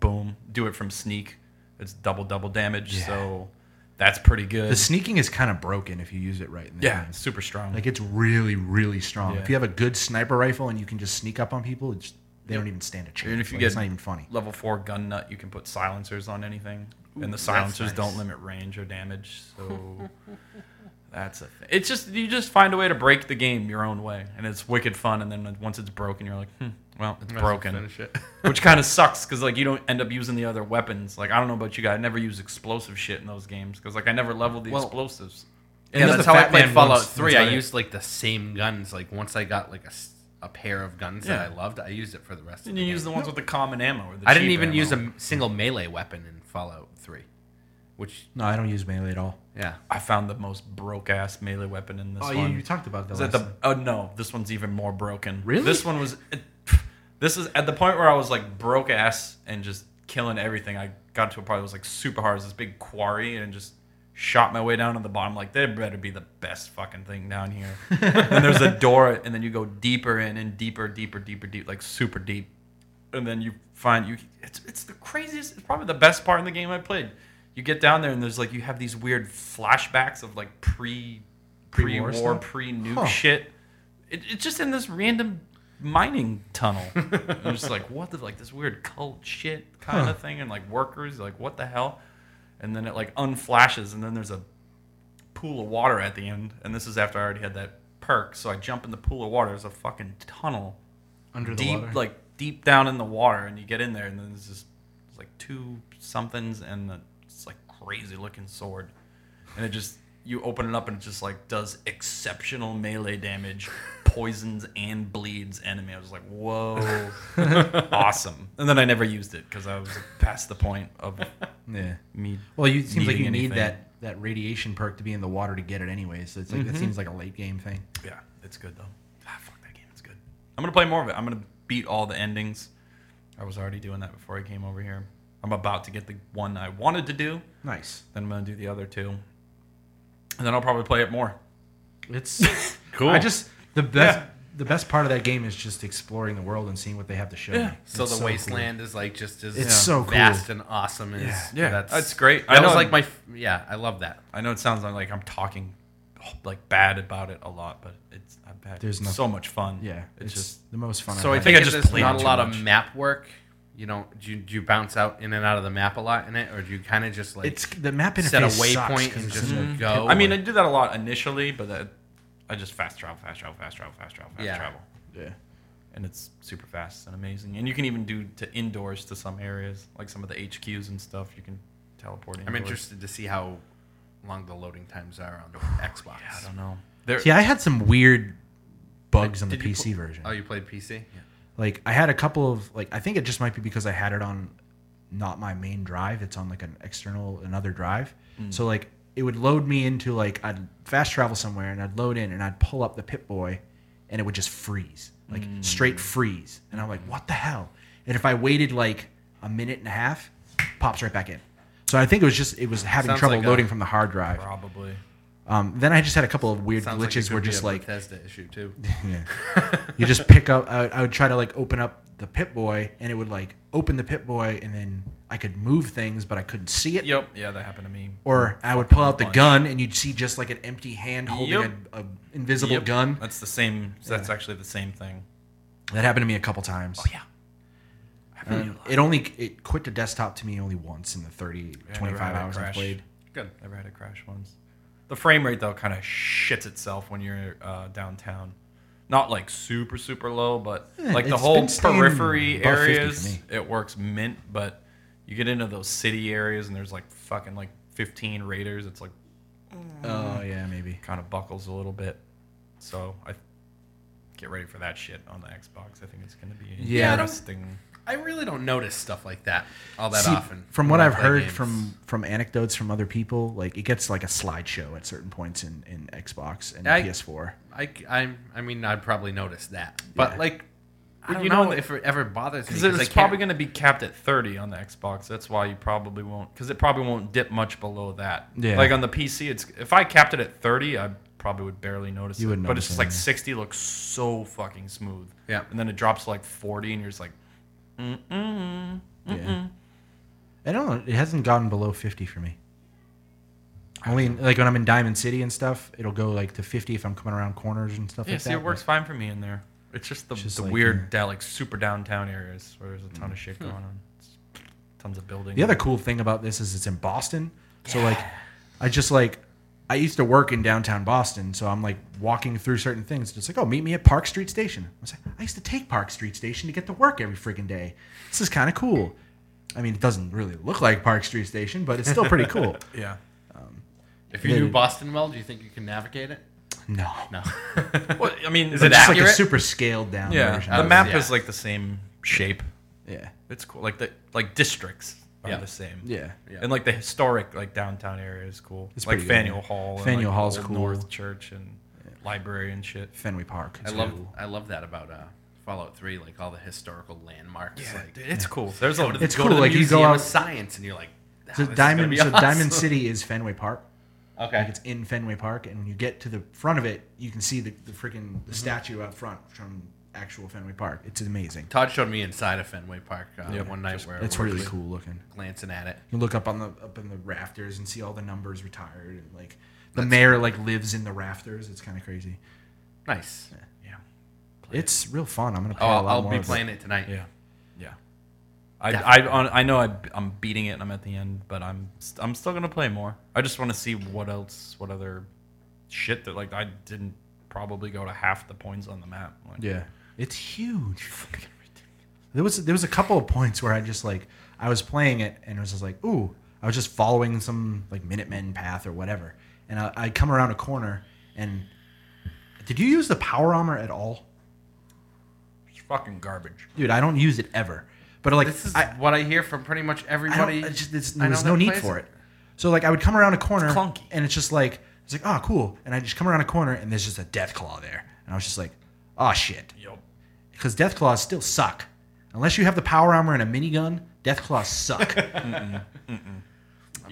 Speaker 3: boom, do it from sneak. It's double double damage, so that's pretty good.
Speaker 1: The sneaking is kind of broken if you use it right. In the
Speaker 3: yeah,
Speaker 1: game.
Speaker 3: it's super strong.
Speaker 1: Like it's really, really strong.
Speaker 3: Yeah.
Speaker 1: If you have a good sniper rifle and you can just sneak up on people, it's, they don't even stand a chance.
Speaker 3: And if you
Speaker 1: Like,
Speaker 3: get
Speaker 1: it's not even funny.
Speaker 3: level four gun nut, you can put silencers on anything, and the silencers
Speaker 2: nice.
Speaker 3: don't limit range or damage.
Speaker 2: *laughs*
Speaker 3: So that's a thing. It's just you just find a way to break the game your own way, and it's wicked fun. And then once it's broken, you're like, hmm, well, it's
Speaker 2: Might as well
Speaker 3: broken,
Speaker 1: *laughs*
Speaker 2: Finish it.
Speaker 3: *laughs* which kind of sucks because like you don't end up using the other weapons. Like I don't know about you guys, I never use explosive shit in those games because like I never leveled the
Speaker 2: Well-
Speaker 3: explosives.
Speaker 2: Yeah,
Speaker 1: Unless
Speaker 2: that's
Speaker 1: the
Speaker 2: how I
Speaker 1: Fat
Speaker 2: played
Speaker 1: Man
Speaker 2: Fallout
Speaker 1: wants-
Speaker 2: Three.
Speaker 1: that's
Speaker 2: I
Speaker 1: right.
Speaker 2: used like the same guns. Like once I got like a, s- a pair of guns that
Speaker 3: Yeah.
Speaker 2: I loved, I used it for the rest.
Speaker 3: And
Speaker 2: of the
Speaker 3: you
Speaker 2: game.
Speaker 3: use the ones with the common ammo. Or the
Speaker 2: I didn't
Speaker 3: cheap
Speaker 2: even
Speaker 3: ammo.
Speaker 2: use a m- single melee weapon in Fallout Three, which
Speaker 1: No, I don't use melee at all.
Speaker 2: yeah,
Speaker 3: I found the most broke ass melee weapon in this
Speaker 1: Oh,
Speaker 3: one.
Speaker 1: you, you talked about that.
Speaker 3: Is
Speaker 1: Last
Speaker 3: that the?
Speaker 1: time.
Speaker 3: Oh no, this one's even more broken.
Speaker 1: Really?
Speaker 3: This one was. It, this is at the point where I was like broke ass and just killing everything. I got to a part that was like super hard. It was this big quarry and just shot my way down to the bottom. Like there better be the best fucking thing
Speaker 1: *laughs*
Speaker 3: down here. and there's a door, and then you go deeper in and deeper, deeper, deeper, deep, like super deep. And then you find you. It's it's the craziest. It's probably the best part in the game I played. You get down there and there's like you have these weird flashbacks of like pre
Speaker 1: Pre-war
Speaker 3: pre-war,
Speaker 1: stuff?
Speaker 3: pre-nuke
Speaker 1: Huh.
Speaker 3: shit. It, it's just in this random mining
Speaker 1: *laughs*
Speaker 3: tunnel. I'm just like, what the like this weird cult shit kind
Speaker 1: Huh.
Speaker 3: of thing, and like workers, like what the hell? And then it like unflashes, and then there's a pool of water at the end. And this is after I already had that perk, so I jump in the pool of water. There's a fucking tunnel
Speaker 1: under the
Speaker 3: deep,
Speaker 1: water.
Speaker 3: like deep down in the water, and you get in there, and then there's just it's like two somethings and a, it's like crazy looking sword, and it just you open it up and it just like does exceptional
Speaker 1: *laughs*
Speaker 3: melee damage, poisons and bleeds enemy. I was like,
Speaker 1: *laughs*
Speaker 3: whoa, awesome. And then I never used it because I was past the point
Speaker 1: *laughs*
Speaker 3: of
Speaker 1: yeah.
Speaker 3: me.
Speaker 1: Well, you, it seems like you
Speaker 3: needing
Speaker 1: need
Speaker 3: anything.
Speaker 1: that that radiation perk to be in the water to get it anyway. So it's like
Speaker 2: Mm-hmm.
Speaker 1: that seems like a late game thing.
Speaker 3: Yeah, it's good though. Ah, fuck that game. It's good. I'm gonna play more of it. I'm gonna beat all the endings. I was already doing that before I came over here. I'm about to get the one I wanted to do.
Speaker 1: Nice.
Speaker 3: Then I'm gonna do the other two, and then I'll probably play it more.
Speaker 1: It's
Speaker 2: *laughs* Cool.
Speaker 1: I just the best
Speaker 3: Yeah.
Speaker 1: the best part of that game is just exploring the world and seeing what they have to show.
Speaker 3: Yeah.
Speaker 1: you.
Speaker 2: so
Speaker 1: It's
Speaker 2: the
Speaker 1: cool.
Speaker 2: wasteland is like just as
Speaker 1: It's so cool.
Speaker 2: vast and awesome as
Speaker 3: Yeah,
Speaker 2: that's
Speaker 3: that's great.
Speaker 2: That
Speaker 3: I
Speaker 2: was
Speaker 3: know-
Speaker 2: like my f- yeah, I love that.
Speaker 3: I know it sounds like I'm talking like bad about it a lot, but it's I've had
Speaker 1: There's
Speaker 3: so much fun.
Speaker 1: Yeah,
Speaker 3: it's, just
Speaker 1: the most fun.
Speaker 2: So I
Speaker 1: I've
Speaker 2: think
Speaker 3: I
Speaker 2: it's
Speaker 3: just
Speaker 2: just
Speaker 3: played
Speaker 2: not
Speaker 3: it
Speaker 2: a
Speaker 3: too
Speaker 2: lot
Speaker 3: much.
Speaker 2: of map work. You know, do you, do you bounce out in and out of the map a lot in it, or do you kind of just like
Speaker 1: it's the map interface
Speaker 2: set a
Speaker 1: sucks
Speaker 2: waypoint
Speaker 1: 'cause
Speaker 2: and
Speaker 1: it's
Speaker 2: just Mm.
Speaker 1: in a-
Speaker 2: go?
Speaker 3: I mean, I
Speaker 2: and-
Speaker 3: do that a lot initially, but that, I just fast travel, fast travel, fast travel, fast travel, fast
Speaker 2: Yeah.
Speaker 3: travel.
Speaker 1: yeah.
Speaker 3: and it's super fast and amazing. And you can even do to indoors to some areas, like some of the HQs and stuff. You can teleport. Indoors.
Speaker 2: I'm interested to see how long the loading times are on the Xbox.
Speaker 3: Yeah, I don't know. There,
Speaker 1: See, I had some weird bugs on the
Speaker 2: Did you
Speaker 1: PC
Speaker 2: pl-
Speaker 1: version.
Speaker 2: Oh, you played PC? Yeah.
Speaker 1: like I had a couple of like I think it just might be because I had it on not my main drive. It's on like an external another drive.
Speaker 2: Mm.
Speaker 1: So like it would load me into like I'd fast travel somewhere and I'd load in and I'd pull up the Pip Boy and it would just freeze. Like
Speaker 2: Mm.
Speaker 1: straight freeze. And I'm like, what the hell? And if I waited like a minute and a half, pops right back in. So I think it was just it was having
Speaker 2: Sounds
Speaker 1: trouble
Speaker 2: like a
Speaker 1: loading from the hard drive.
Speaker 3: probably.
Speaker 1: Um, then I just had a couple of weird
Speaker 2: Sounds like it
Speaker 1: glitches
Speaker 2: could
Speaker 1: where
Speaker 2: be
Speaker 1: just
Speaker 2: a
Speaker 1: like
Speaker 2: Bethesda issue too.
Speaker 1: yeah. you just pick up. I, I would try to like open up the Pip Boy, and it would like open the Pip Boy, and then I could move things, but I couldn't see it.
Speaker 3: Yep. Yeah, that happened to me.
Speaker 1: Or I would pull out the
Speaker 3: bunch.
Speaker 1: gun, and you'd see just like an empty hand holding
Speaker 3: Yep.
Speaker 1: a, a invisible
Speaker 3: Yep,
Speaker 1: gun.
Speaker 3: That's the same. That's actually the same thing.
Speaker 1: That happened to me a couple times. Oh yeah. it only it quit the desktop to me only once in the 30
Speaker 3: Yeah, I
Speaker 1: 25
Speaker 3: never had it
Speaker 1: hours I
Speaker 3: crash.
Speaker 1: played.
Speaker 3: Good. Never had a crash once. The frame rate though kind of shits itself when you're uh, downtown. Not like super super low, but
Speaker 1: Yeah,
Speaker 3: like the
Speaker 1: Eh, it's
Speaker 3: whole
Speaker 1: been staying
Speaker 3: periphery
Speaker 1: above 50 for
Speaker 3: areas,
Speaker 1: me.
Speaker 3: it works mint. But you get into those city areas and there's like fucking like 15 raiders. It's like
Speaker 1: Oh yeah, maybe.
Speaker 3: kind of buckles a little bit. So I get ready for that shit on the Xbox. I think it's gonna be
Speaker 1: Yeah.
Speaker 3: interesting.
Speaker 2: I really don't notice stuff like that all that
Speaker 1: See,
Speaker 2: often.
Speaker 1: From
Speaker 2: when
Speaker 1: what
Speaker 2: I
Speaker 1: I've
Speaker 2: play
Speaker 1: heard
Speaker 2: games.
Speaker 1: from from anecdotes from other people, like it gets like a slideshow at certain points in in Xbox and
Speaker 2: I-
Speaker 1: PS4.
Speaker 2: I, I, I mean, I'd probably notice that, but
Speaker 1: Yeah.
Speaker 2: like, I
Speaker 3: But
Speaker 2: don't
Speaker 3: you
Speaker 2: know,
Speaker 3: know-
Speaker 2: if it ever bothers me
Speaker 3: Because
Speaker 2: I
Speaker 3: it's
Speaker 2: can't-
Speaker 3: probably going to be capped at 30 on the Xbox. That's why you probably won't, because it probably won't dip much below that.
Speaker 1: Yeah.
Speaker 3: Like on the PC, it's if I capped it at 30, I probably would barely notice
Speaker 1: You
Speaker 3: it.
Speaker 1: wouldn't
Speaker 3: but
Speaker 1: notice
Speaker 3: it's just
Speaker 1: it,
Speaker 3: like
Speaker 1: yeah.
Speaker 3: 60 looks so fucking smooth.
Speaker 2: Yeah.
Speaker 3: And then it drops to like 40, and you're just like,
Speaker 1: Yeah. I don't know, it hasn't gotten below 50 for me. Only in, like when I'm in Diamond City and stuff, it'll go like to 50 if I'm coming around corners and stuff
Speaker 3: yeah,
Speaker 1: like
Speaker 3: see,
Speaker 1: that.
Speaker 3: it works fine for me in there. It's just the,
Speaker 1: Just
Speaker 3: the
Speaker 1: like,
Speaker 3: weird,
Speaker 1: yeah. Mm.
Speaker 3: da- like super downtown areas where there's a ton of shit going on. It's tons of buildings.
Speaker 1: The other cool thing about this is it's in Boston. So like I just like I used to work in downtown Boston, so I'm like walking through certain things. It's like, oh, meet me at Park Street Station. I was like, I used to take Park Street Station to get to work every freaking day. This is kind of cool. I mean, it doesn't really look like Park Street Station, but it's still pretty
Speaker 3: *laughs*
Speaker 1: cool.
Speaker 3: Yeah.
Speaker 2: If you knew
Speaker 1: Maybe.
Speaker 2: Boston well, do you think you can navigate it?
Speaker 1: No, *laughs*
Speaker 2: No.
Speaker 3: Well, I mean,
Speaker 2: it
Speaker 3: but
Speaker 1: it's
Speaker 3: just
Speaker 1: like a
Speaker 2: accurate?
Speaker 1: super scaled down
Speaker 3: yeah,
Speaker 1: version.
Speaker 3: the
Speaker 1: of it.
Speaker 3: map
Speaker 2: yeah.
Speaker 3: is like the same shape.
Speaker 1: Yeah,
Speaker 3: It's cool. Like the like districts are
Speaker 2: Yeah.
Speaker 3: the same.
Speaker 1: yeah.
Speaker 2: Yeah.
Speaker 3: And like the historic like downtown area is cool.
Speaker 1: It's
Speaker 3: It's like
Speaker 1: pretty good,
Speaker 3: Faneuil
Speaker 1: yeah.
Speaker 3: Hall. and,
Speaker 1: Faneuil
Speaker 3: like,
Speaker 1: Hall's
Speaker 3: Old
Speaker 1: cool.
Speaker 3: North Church and library and shit.
Speaker 1: Fenway Park.
Speaker 2: I
Speaker 1: is
Speaker 2: love
Speaker 1: cool.
Speaker 2: I love that about uh, Fallout Three, like all the historical landmarks. like,
Speaker 3: dude, it's cool. There's a
Speaker 1: It's
Speaker 2: go
Speaker 1: cool,
Speaker 2: To the
Speaker 1: like, you go
Speaker 2: Museum
Speaker 1: out-
Speaker 2: of Science, and you're like, "Oh,
Speaker 1: So
Speaker 2: this is
Speaker 1: Diamond, so
Speaker 2: gonna be
Speaker 1: Diamond
Speaker 2: awesome."
Speaker 1: City is Fenway Park. Like
Speaker 2: *laughs* Okay.
Speaker 1: it's in Fenway Park, and when you get to the front of it, you can see the, the freaking
Speaker 2: Mm-hmm.
Speaker 1: the statue out front from actual Fenway Park. It's amazing.
Speaker 2: Todd showed me inside of Fenway Park uh, one night where
Speaker 1: It's
Speaker 2: we were
Speaker 1: really
Speaker 2: just
Speaker 1: cool looking.
Speaker 2: glancing at it.
Speaker 1: You look up on the up in the rafters and see all the numbers retired, and like the mayor like lives in the rafters. It's kind of crazy.
Speaker 2: Nice.
Speaker 3: yeah,
Speaker 1: It's real fun. I'm gonna
Speaker 2: Oh,
Speaker 1: play a
Speaker 2: I'll,
Speaker 1: lot
Speaker 2: I'll
Speaker 1: more.
Speaker 2: be
Speaker 1: of it.
Speaker 2: playing it tonight.
Speaker 3: yeah, yeah. I I,
Speaker 2: Definitely.
Speaker 3: on, I know I, I'm beating it and I'm at the end, but I'm st- I'm still gonna play more. I just want to see what else, what other shit that like I didn't probably go to half the points on the map. Like,
Speaker 1: Yeah, it's
Speaker 2: *laughs*
Speaker 1: huge. There was there was a couple of points where I just like I was playing it and it was just like ooh I was just following some like Minutemen path or whatever and I, I come around a corner and did you use the power armor at all,
Speaker 3: It's fucking garbage.
Speaker 1: dude? I don't use it ever, but like
Speaker 2: This is
Speaker 1: I,
Speaker 2: what I hear from pretty much
Speaker 1: I don't,
Speaker 2: everybody.
Speaker 1: it's just, it's,
Speaker 2: I know
Speaker 1: there's no
Speaker 2: that
Speaker 1: need
Speaker 2: plays
Speaker 1: for
Speaker 2: it.
Speaker 1: it. So like I would come around a corner
Speaker 3: clunky.
Speaker 1: and it's just like it's like oh cool and I just come around a corner and there's just a death claw there and I was just like oh shit
Speaker 3: Yup.
Speaker 1: because death claws still suck. Unless you have the power armor and a minigun, death claws
Speaker 3: *laughs*
Speaker 1: suck.
Speaker 3: You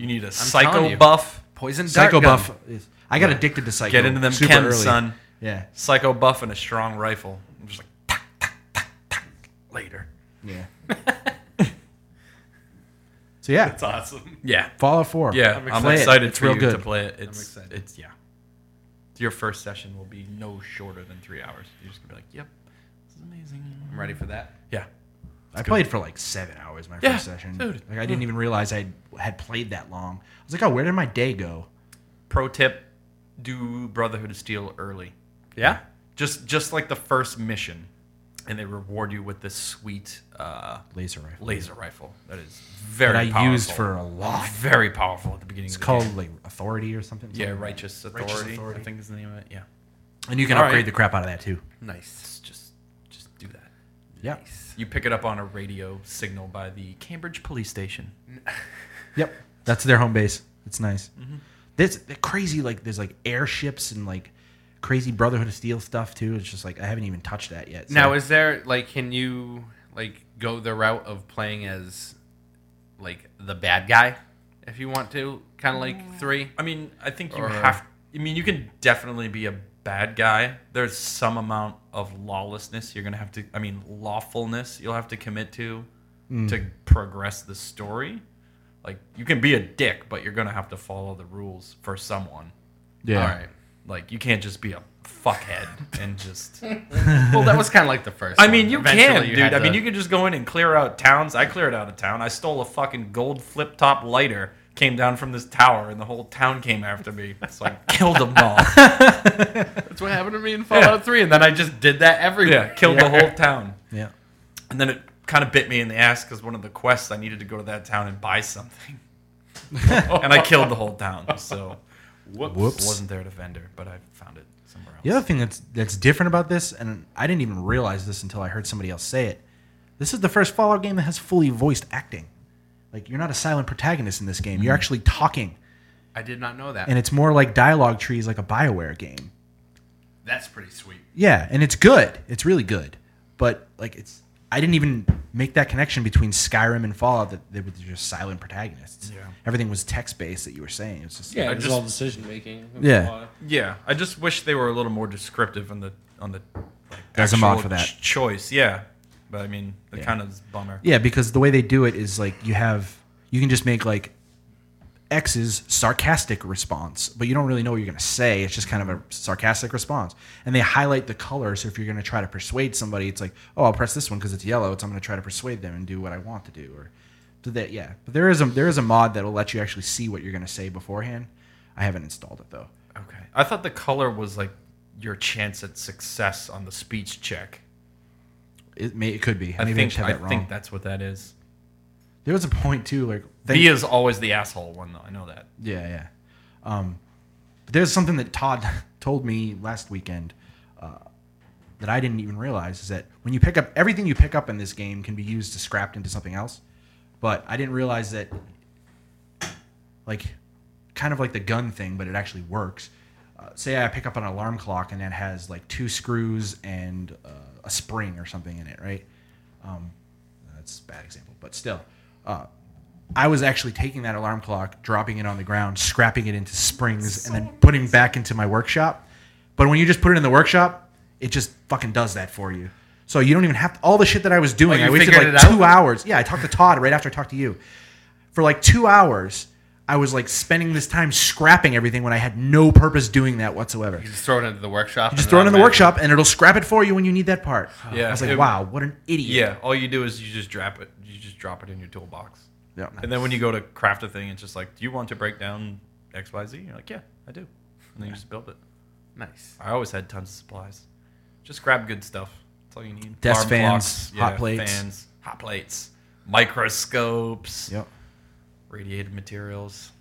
Speaker 3: need
Speaker 2: telling
Speaker 3: a psycho
Speaker 2: you.
Speaker 3: buff.
Speaker 2: Poison dart
Speaker 1: Psycho
Speaker 2: gun.
Speaker 1: buff. Is, I got addicted to psycho.
Speaker 3: Get into them
Speaker 1: super
Speaker 3: Ken,
Speaker 1: early.
Speaker 3: son.
Speaker 1: Yeah,
Speaker 3: psycho buff and a strong rifle. I'm just like tack, tack, tack, tack, later. *laughs*
Speaker 1: yeah. so yeah,
Speaker 2: It's awesome.
Speaker 3: Yeah,
Speaker 1: Fallout Four.
Speaker 3: yeah.
Speaker 2: I'm
Speaker 3: I'm,
Speaker 1: Play it.
Speaker 3: excited
Speaker 1: It's
Speaker 3: for
Speaker 1: real
Speaker 3: you
Speaker 1: good.
Speaker 3: to play it. It's,
Speaker 2: excited.
Speaker 3: It's yeah. Your first session will be no shorter than three hours. You're just gonna be like, yep, this is amazing.
Speaker 2: I'm ready for that.
Speaker 3: Yeah,
Speaker 1: I played for like seven hours my
Speaker 3: Yeah,
Speaker 1: first session.
Speaker 3: dude.
Speaker 1: Like I didn't even realize I had played that long. I was like, oh, where did my day go?
Speaker 3: pro tip do brotherhood of steel early
Speaker 2: Yeah?
Speaker 3: just just like the first mission and they reward you with this sweet uh,
Speaker 1: Laser rifle.
Speaker 3: laser rifle that is very
Speaker 1: That I
Speaker 3: powerful.
Speaker 1: used for a lot.
Speaker 3: very powerful at the beginning
Speaker 1: It's
Speaker 3: of the
Speaker 1: called
Speaker 3: game.
Speaker 1: like Authority or something.
Speaker 3: yeah
Speaker 1: something like
Speaker 3: righteous
Speaker 1: that.
Speaker 3: authority,
Speaker 1: Authority.
Speaker 3: i think is the name of it yeah
Speaker 1: And you can
Speaker 3: All
Speaker 1: upgrade
Speaker 3: right.
Speaker 1: the crap out of that too.
Speaker 2: Nice.
Speaker 3: just just just do that
Speaker 1: Yep.
Speaker 3: you pick it up on a radio signal by the cambridge police station
Speaker 1: Yep, that's their home base. It's nice.
Speaker 2: Mm-hmm.
Speaker 1: There's they're crazy like there's like airships and like crazy Brotherhood of Steel stuff too. It's just like I haven't even touched that yet. so-
Speaker 2: Now, is there like, can you like go the route of playing as like the bad guy if you want to, kind of like three?
Speaker 3: i mean i think you
Speaker 2: Or-
Speaker 3: have I mean, you can definitely be a bad guy. There's some amount of lawlessness you're gonna have to. I mean, lawfulness you'll have to commit to
Speaker 2: Mm.
Speaker 3: to progress the story. Like you can be a dick, but you're gonna have to follow the rules for someone.
Speaker 1: Yeah.
Speaker 2: All right.
Speaker 3: Like you can't just be a fuckhead and just.
Speaker 2: Well, that was kind of like the first.
Speaker 3: *laughs* I
Speaker 2: one.
Speaker 3: mean, you
Speaker 2: Eventually
Speaker 3: can,
Speaker 2: you
Speaker 3: dude.
Speaker 2: had
Speaker 3: I mean,
Speaker 2: to-
Speaker 3: you can just go in and clear out towns. I cleared out a town. I stole a fucking gold flip top lighter, came down from this tower, and the whole town came after me.
Speaker 2: *laughs*
Speaker 3: So I killed them all.
Speaker 2: That's what happened to me in Fallout Three, and then I just did that everywhere.
Speaker 3: *laughs* Yeah, killed the whole town.
Speaker 1: Yeah.
Speaker 3: And then it kind of bit me in the ass because one of the quests I needed to go to that town and
Speaker 2: *laughs*
Speaker 3: buy something, and I killed the whole town. So
Speaker 4: Whoops.
Speaker 1: Whoops.
Speaker 3: wasn't there at a vendor, but I found it somewhere else.
Speaker 1: The other thing that's that's different about this, and I didn't even realize this until I heard somebody else say it. This is the first Fallout game that has fully voiced acting. Like you're not a silent protagonist in this game.
Speaker 2: Mm-hmm.
Speaker 1: You're actually talking,
Speaker 2: I did not know that.
Speaker 1: and it's more like dialogue trees, like a Bioware game.
Speaker 2: That's pretty sweet.
Speaker 1: Yeah, and it's good. It's really good. But like it's I didn't even make that connection between Skyrim and Fallout that they were just silent protagonists.
Speaker 3: Yeah.
Speaker 1: Everything was text based that you were saying. It was just
Speaker 4: Yeah,
Speaker 3: I
Speaker 4: it's
Speaker 3: just-
Speaker 4: all decision making.
Speaker 1: Yeah.
Speaker 3: Yeah, I just wish they were a little more descriptive on the on the like,
Speaker 1: There's a mod
Speaker 3: actual
Speaker 1: for that.
Speaker 3: ch- choice. Yeah, but I mean, it kind of is a bummer.
Speaker 1: Yeah, because the way they do it is like you have you can just make like X's sarcastic response, but you don't really know what you're gonna say. It's just kind of a sarcastic response, and they highlight the color. So if you're gonna try to persuade somebody, it's like, oh, I'll press this one because it's yellow. So I'm gonna try to persuade them and do what I want to do, or do that. Yeah, but there is a there is a mod that will let you actually see what you're gonna say beforehand. I haven't installed it though.
Speaker 3: Okay, I thought the color was like your chance at success on the speech check.
Speaker 1: It may it could be.
Speaker 3: I
Speaker 1: Maybe I
Speaker 3: think
Speaker 1: just have
Speaker 3: I
Speaker 1: that wrong.
Speaker 3: think that's what that is.
Speaker 1: there was a point too, like thank-
Speaker 3: B is always the asshole one, though. I know that.
Speaker 1: Yeah, yeah. Um, but there's something that Todd *laughs* told me last weekend uh, that I didn't even realize is that when you pick up everything you pick up in this game can be used to scrapped into something else. But I didn't realize that, like, kind of like the gun thing, but it actually works. Uh, say I pick up an alarm clock and that has like two screws and uh, a spring or something in it, right? Um, that's a bad example, but still, uh, I was actually taking that alarm clock, dropping it on the ground, scrapping it into springs, and then putting back into my workshop. But when you just put it in the workshop, it just fucking does that for you. So you don't even have to, all the shit that I was doing.
Speaker 2: Oh, you
Speaker 1: I wasted
Speaker 2: figured
Speaker 1: like
Speaker 2: it
Speaker 1: two
Speaker 2: out?
Speaker 1: hours. Yeah, I talked to Todd right after I talked to you. For like two hours, I was like spending this time scrapping everything when I had no purpose doing that whatsoever.
Speaker 2: You just throw it into the workshop.
Speaker 1: Just
Speaker 2: and
Speaker 1: throw it in the
Speaker 2: automatically-
Speaker 1: workshop, and it'll scrap it for you when you need that part.
Speaker 3: Yeah,
Speaker 1: I was like,
Speaker 3: it-
Speaker 1: wow, what an idiot.
Speaker 3: Yeah, all you do is you just drop it. You just drop it in your toolbox,
Speaker 1: Yeah.
Speaker 3: and then when you go to craft a thing, it's just like, do you want to break down X Y Z? You're like, yeah, I do, and then you just build it.
Speaker 2: Nice.
Speaker 3: I always had tons of supplies. Just grab good stuff. That's all you need.
Speaker 1: Desk
Speaker 3: Alarm
Speaker 1: fans, hot plates.
Speaker 3: fans, hot plates, microscopes,
Speaker 1: Yep.
Speaker 3: radiated materials.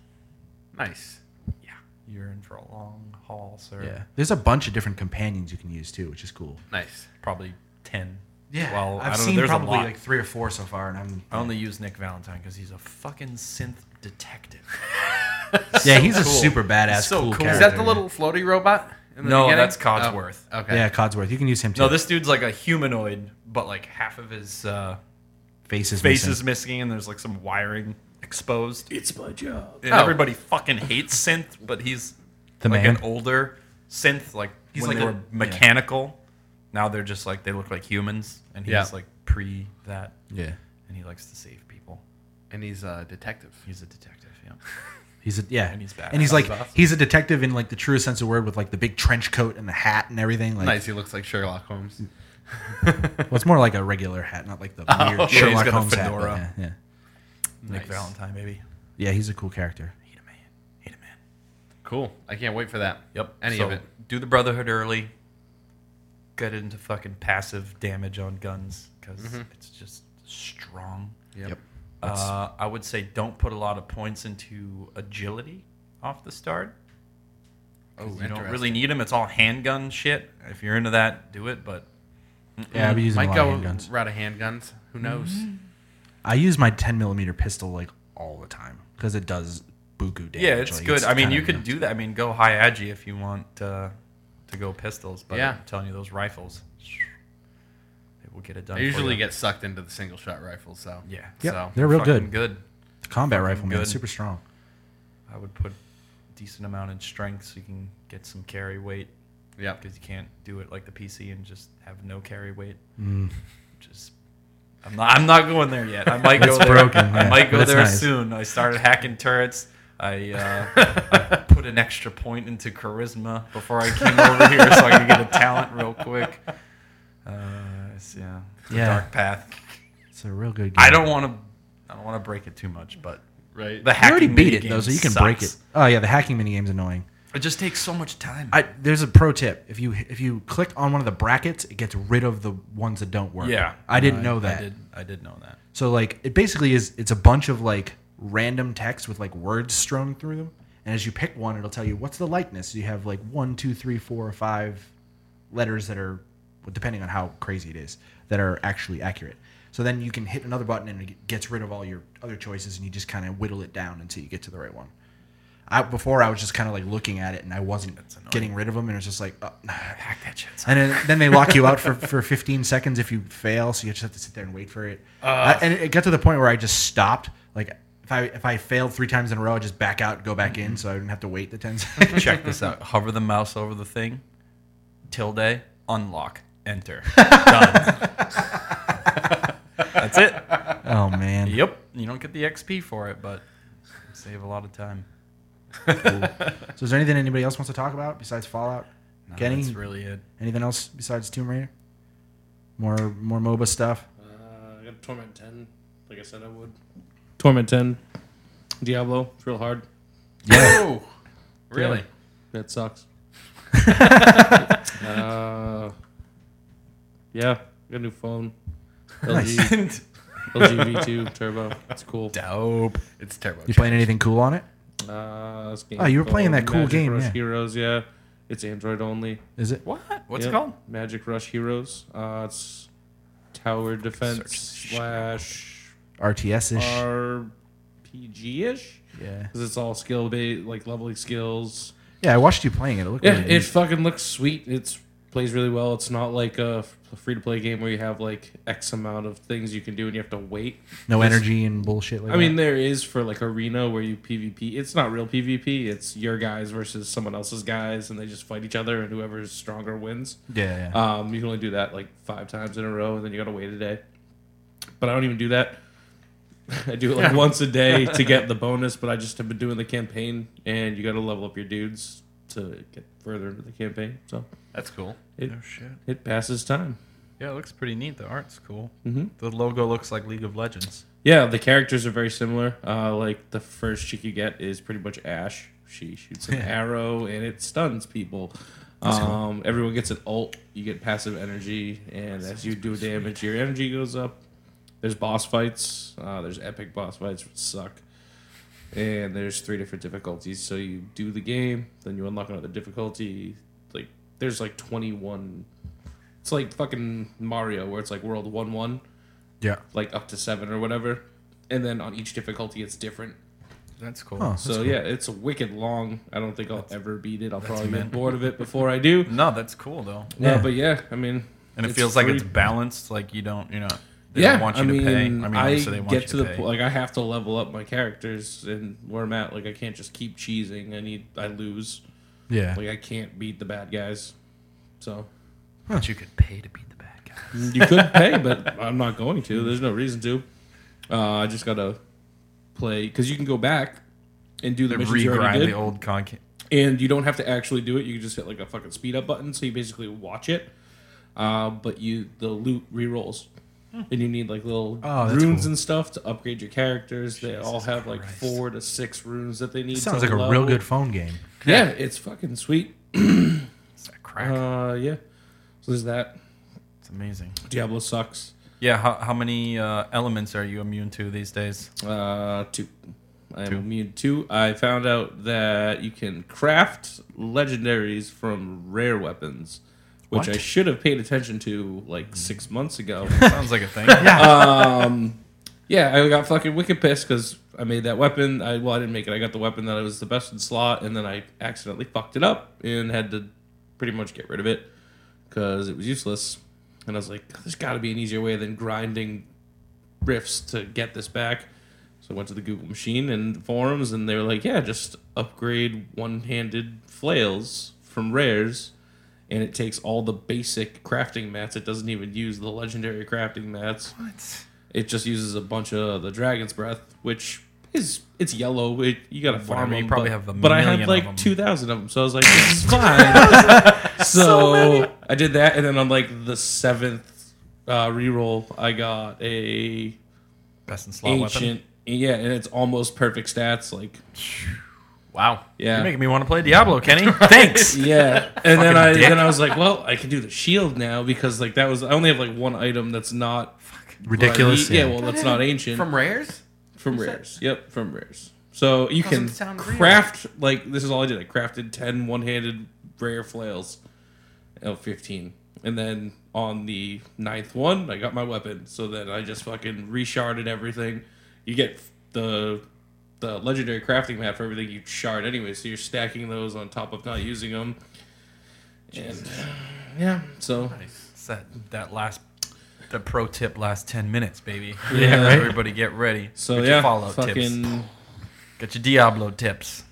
Speaker 2: Nice.
Speaker 3: Yeah, you're in for a long haul, sir.
Speaker 1: Yeah. There's a bunch of different companions you can use too, which is cool.
Speaker 2: Nice.
Speaker 3: probably ten.
Speaker 1: Yeah.
Speaker 3: well,
Speaker 1: I've
Speaker 3: I don't
Speaker 1: seen
Speaker 3: know. There's
Speaker 1: probably
Speaker 3: a lot.
Speaker 1: like three or four so far, and I'm. *laughs*
Speaker 3: I only use Nick Valentine because he's a fucking synth detective.
Speaker 1: *laughs* yeah, he's a
Speaker 3: cool.
Speaker 1: super badass,
Speaker 3: So
Speaker 1: cool,
Speaker 3: cool.
Speaker 1: character.
Speaker 2: Is that the little floaty robot? In the
Speaker 3: No,
Speaker 2: beginning?
Speaker 3: that's Codsworth.
Speaker 2: Oh, okay.
Speaker 1: Yeah, Codsworth. You can use him too.
Speaker 3: No, this dude's like a humanoid, but like half of his uh,
Speaker 1: face is
Speaker 3: face
Speaker 1: missing.
Speaker 3: is missing, and there's like some wiring exposed.
Speaker 4: It's my job.
Speaker 3: And
Speaker 2: Oh.
Speaker 3: everybody fucking hates synth, but he's
Speaker 1: The
Speaker 3: like
Speaker 1: man.
Speaker 3: an older synth. Like
Speaker 1: He's
Speaker 3: when
Speaker 1: like
Speaker 3: they
Speaker 1: a-
Speaker 3: were mechanical, now they're just like they look like humans, and he's
Speaker 2: Yeah.
Speaker 3: like pre that,
Speaker 1: Yeah.
Speaker 3: and he likes to save people.
Speaker 2: And he's a detective.
Speaker 3: He's a detective. Yeah,
Speaker 1: He's a yeah,
Speaker 3: And he's badass.
Speaker 1: and he's like
Speaker 2: That's awesome.
Speaker 1: he's a detective in like the truest sense of the word, with like the big trench coat and the hat and everything. Like,
Speaker 2: nice. He looks like Sherlock Holmes.
Speaker 1: well, it's more like a regular hat, not like the weird
Speaker 3: Oh, he's
Speaker 1: Sherlock
Speaker 3: got a
Speaker 1: Holmes hat. but
Speaker 3: fedora.
Speaker 1: Yeah, yeah,
Speaker 3: Nick
Speaker 2: Nice.
Speaker 3: Valentine, maybe.
Speaker 1: yeah, he's a cool character.
Speaker 3: Hate a man. Hate a man.
Speaker 2: Cool. I can't wait for that.
Speaker 3: Yep.
Speaker 2: Any
Speaker 3: So,
Speaker 2: of it.
Speaker 3: Do the Brotherhood early. Get into fucking passive damage on guns because it's just strong.
Speaker 1: Yep.
Speaker 3: Uh, I would say don't put a lot of points into agility off the start. 'cause
Speaker 2: Oh,
Speaker 3: you don't
Speaker 2: interesting.
Speaker 3: really need them. It's all handgun shit. If you're into that, do it. But Mm-hmm.
Speaker 1: Yeah, I've been using a
Speaker 2: Might
Speaker 1: lot
Speaker 2: go
Speaker 1: of handguns.
Speaker 2: route of handguns. Who knows?
Speaker 1: I use my 10 millimeter pistol like all the time because it does buku damage.
Speaker 3: yeah, it's
Speaker 1: like,
Speaker 3: good. I mean,
Speaker 1: kinda
Speaker 3: you could
Speaker 1: nuts.
Speaker 3: do that. I mean, go high agi if you want uh, to go pistols. But
Speaker 2: Yeah.
Speaker 3: I'm telling you, those rifles, they will get it done.
Speaker 2: I
Speaker 3: for
Speaker 2: usually
Speaker 3: you.
Speaker 2: get sucked into the single shot rifles. So
Speaker 3: yeah.
Speaker 1: Yep,
Speaker 2: So,
Speaker 1: they're real good.
Speaker 3: fucking Good.
Speaker 1: Combat rifle, man,
Speaker 3: good.
Speaker 1: super strong.
Speaker 3: I would put decent amount in strength, so you can get some carry weight.
Speaker 2: Yeah.
Speaker 3: because you can't do it like the PC and just have no carry weight.
Speaker 1: Mm.
Speaker 3: Which is, I'm not, I'm not going there
Speaker 1: *laughs*
Speaker 3: yet. I might go
Speaker 1: That's
Speaker 3: there.
Speaker 1: broken,
Speaker 3: I
Speaker 1: yeah,
Speaker 3: might go
Speaker 1: that's
Speaker 3: there
Speaker 1: nice.
Speaker 3: soon. I started hacking turrets.
Speaker 1: *laughs*
Speaker 3: I, uh, I put an extra point into charisma before I came over here, so I could get a talent real quick. Uh, it's, yeah, it's
Speaker 1: Yeah.
Speaker 3: a dark path.
Speaker 1: It's a real good game.
Speaker 3: I don't want to. I don't want to break it too much, but
Speaker 2: Right.
Speaker 3: the
Speaker 1: You
Speaker 3: hacking
Speaker 1: already beat it
Speaker 3: minigame
Speaker 1: though, so you can
Speaker 3: sucks.
Speaker 1: break it. Oh yeah, the hacking minigame's annoying.
Speaker 3: It just takes so much time.
Speaker 1: I, there's a pro tip. If you if you click on one of the brackets, it gets rid of the ones that don't work.
Speaker 3: Yeah.
Speaker 1: I didn't know
Speaker 3: Uh, I
Speaker 1: that.
Speaker 3: did. I did know that.
Speaker 1: So like it basically is it's a bunch of like random text with like words strewn through them. And as you pick one, it'll tell you what's the likeness. You have like one, two, three, four, or five letters that are well, depending on how crazy it is, that are actually accurate. So then you can hit another button and it gets rid of all your other choices and you just kind of whittle it down until you get to the right one. I, before I was just kind of like looking at it and I wasn't
Speaker 3: annoying.
Speaker 1: getting rid of them and it was just like, oh,
Speaker 3: Hack that shit.
Speaker 1: and then, then they lock you out for, for 15 seconds if you fail, so you just have to sit there and wait for it.
Speaker 4: Uh.
Speaker 1: I- and it got to the point where I just stopped. Like if I if I failed three times in a row, I just back out, go back in, so I didn't have to wait the 10 seconds.
Speaker 3: Check this out. Hover the mouse over the thing. Tilde. Unlock.
Speaker 4: *laughs*
Speaker 3: Enter. Done. That's it.
Speaker 1: *laughs* oh man,
Speaker 3: Yep. You don't get the XP for it, but save a lot of time.
Speaker 1: So is there anything anybody else wants to talk about besides Fallout? Kenny,
Speaker 3: That's really it.
Speaker 1: anything else besides Tomb Raider? More more MOBA stuff.
Speaker 4: Uh, I got Torment 10, like I said I would. Torment 10. Diablo. It's real hard.
Speaker 2: Yeah. really?
Speaker 4: That *laughs* sucks. uh, yeah, I got a new *laughs* phone. LG, LG V2 Turbo. It's cool.
Speaker 3: Dope.
Speaker 2: It's terrible.
Speaker 1: You playing anything cool on it?
Speaker 4: Uh, this game
Speaker 1: Oh, you were playing
Speaker 4: called
Speaker 1: that cool
Speaker 4: Magic
Speaker 1: game,
Speaker 4: Rush
Speaker 1: yeah.
Speaker 4: Heroes, yeah. It's Android only.
Speaker 1: Is it?
Speaker 3: *laughs* What? What's
Speaker 4: Yep,
Speaker 3: it called?
Speaker 4: Magic Rush Heroes. Uh, it's tower defense
Speaker 3: search this shit
Speaker 4: slash
Speaker 1: RTS ish.
Speaker 4: Uh, RPG ish.
Speaker 1: yeah.
Speaker 4: Because it's all skill based, like leveling skills.
Speaker 1: Yeah, I watched you playing it. It looked
Speaker 4: Yeah,
Speaker 1: really
Speaker 4: it
Speaker 1: neat.
Speaker 4: fucking looks sweet. It's plays really well. It's not like a free to play game where you have like X amount of things you can do and you have to wait.
Speaker 1: No
Speaker 4: It's-
Speaker 1: energy and bullshit like
Speaker 4: I mean, there is for like arena where you PvP. It's not real PvP. It's your guys versus someone else's guys, and they just fight each other, and whoever's stronger wins.
Speaker 1: that. Yeah, yeah.
Speaker 4: Um, you can only do that like five times in a row, and then you gotta wait a day. But I don't even do that. *laughs* I do it like once a day to get the bonus, but I just have been doing the campaign, and you gotta level up your dudes to get further into the campaign. So
Speaker 2: That's cool.
Speaker 4: it
Speaker 3: Oh, shit.
Speaker 4: it passes time.
Speaker 3: Yeah, it looks pretty neat. The art's cool.
Speaker 4: Mhm.
Speaker 3: The logo looks like League of Legends.
Speaker 4: Yeah, the characters are very similar. Uh, like the first chick you get is pretty much Ash. She shoots an arrow and it stuns people. Um, everyone gets an ult. You get passive energy, and as you do damage, your energy goes up. There's boss fights. Uh, there's epic boss fights, which suck. And there's three different difficulties. So you do the game, then you unlock another difficulty. Like there's like 21. It's like fucking Mario, where it's like World One One
Speaker 1: yeah.
Speaker 4: like up to seven or whatever, and then on each difficulty it's different.
Speaker 3: That's cool.
Speaker 1: Oh,
Speaker 4: so yeah, it's a wicked long. I don't think I'll ever beat it. I'll probably
Speaker 3: mint.
Speaker 4: get bored of it before I do.
Speaker 3: No, that's cool though.
Speaker 4: *laughs* Yeah,
Speaker 1: Yeah.
Speaker 4: but yeah, I mean,
Speaker 3: And it
Speaker 4: It's
Speaker 3: feels like
Speaker 4: free.
Speaker 3: it's balanced. Like you don't, you know, they
Speaker 4: yeah,
Speaker 3: don't want you
Speaker 4: I
Speaker 3: to
Speaker 4: mean,
Speaker 3: pay.
Speaker 4: I
Speaker 3: I mean, obviously they want
Speaker 4: get to
Speaker 3: you to,
Speaker 4: the
Speaker 3: pay.
Speaker 4: point like I have to level up my characters and where I'm at. Like I can't just keep cheesing. I need I lose.
Speaker 1: Yeah.
Speaker 4: Like I can't beat the bad guys. So
Speaker 3: But you could pay to beat the bad guy.
Speaker 4: you *laughs* could pay, but I'm not going to. There's no reason to. Uh, I just gotta play because you can go back and do the missions you already
Speaker 3: Regrind
Speaker 4: did.
Speaker 3: the old content.
Speaker 4: and you don't have to actually do it. You can just hit like a fucking speed up button, so you basically watch it. Uh, but you the loot re-rolls, and you need like little
Speaker 1: Hmm. Oh, that's
Speaker 4: runes
Speaker 1: cool.
Speaker 4: and stuff to upgrade your characters. they all have like
Speaker 3: Christ.
Speaker 4: four to six runes that they need.
Speaker 1: Sounds
Speaker 4: to
Speaker 1: like a real
Speaker 4: level.
Speaker 1: good phone game.
Speaker 4: Yeah, it's fucking sweet.
Speaker 3: It's that crack.
Speaker 4: Uh, yeah. So there's that.
Speaker 3: it's amazing.
Speaker 4: Diablo sucks.
Speaker 3: Yeah. How, how many uh, elements are you immune to these *laughs* days?
Speaker 4: Uh, two. I am immune to. I found out that you can craft legendaries from rare weapons, which
Speaker 1: What?
Speaker 4: I should have paid attention to like six months ago.
Speaker 3: Sounds like a thing. Uh, yeah.
Speaker 4: Um, yeah, I got fucking wicked pissed because I made that weapon. I well, I didn't make it. I got the weapon that I was the best in slot, and then I accidentally fucked it up and had to pretty much get rid of it because it was useless. And I was like, there's got to be an easier way than grinding rifts to get this back. So I went to the Google machine and forums, and they were like, "Yeah, just upgrade one-handed flails from rares, and it takes all the basic crafting mats. It doesn't even use the legendary crafting mats.
Speaker 3: What?
Speaker 4: It just uses a bunch of the dragon's breath, which is it's yellow. It, you got to farm
Speaker 3: Whatever, you
Speaker 4: them,
Speaker 3: probably
Speaker 4: but,
Speaker 3: have a
Speaker 4: but I
Speaker 3: million
Speaker 4: had
Speaker 3: of
Speaker 4: like
Speaker 3: them.
Speaker 4: two thousand of them, so I was
Speaker 3: *laughs*
Speaker 4: like, "This is fine." so I did that, and then on like the seventh uh, reroll, I got a
Speaker 3: Best in slot weapon.
Speaker 4: ancient. Yeah, and it's almost perfect stats. Like,
Speaker 2: Wow.
Speaker 4: yeah,
Speaker 3: You're making me want to play Diablo, *laughs* Kenny. Thanks.
Speaker 4: yeah. And then
Speaker 3: Fucking
Speaker 4: I
Speaker 3: dick.
Speaker 4: then I was like, well, I can do the shield now because like that was I only have like one item that's not
Speaker 1: Ridiculous.
Speaker 4: Yeah, well, that's not ancient
Speaker 2: From rares?
Speaker 4: from rares. Yep, from rares. So you can
Speaker 2: Doesn't sound real.
Speaker 4: craft like this is all I did. I crafted 10 one-handed rare flails. Oh, 15. And then on the ninth one, I got my weapon. So then I just fucking resharded everything. You get the the legendary crafting map for everything you shard anyway, so you're stacking those on top of not using them. And yeah, so
Speaker 3: It's that, that last, the pro tip last 10 minutes, baby.
Speaker 4: *laughs* Yeah, right?
Speaker 3: Everybody get ready.
Speaker 4: so
Speaker 3: get
Speaker 4: yeah,
Speaker 3: your Fallout
Speaker 4: fucking
Speaker 3: tips. Get your Diablo tips.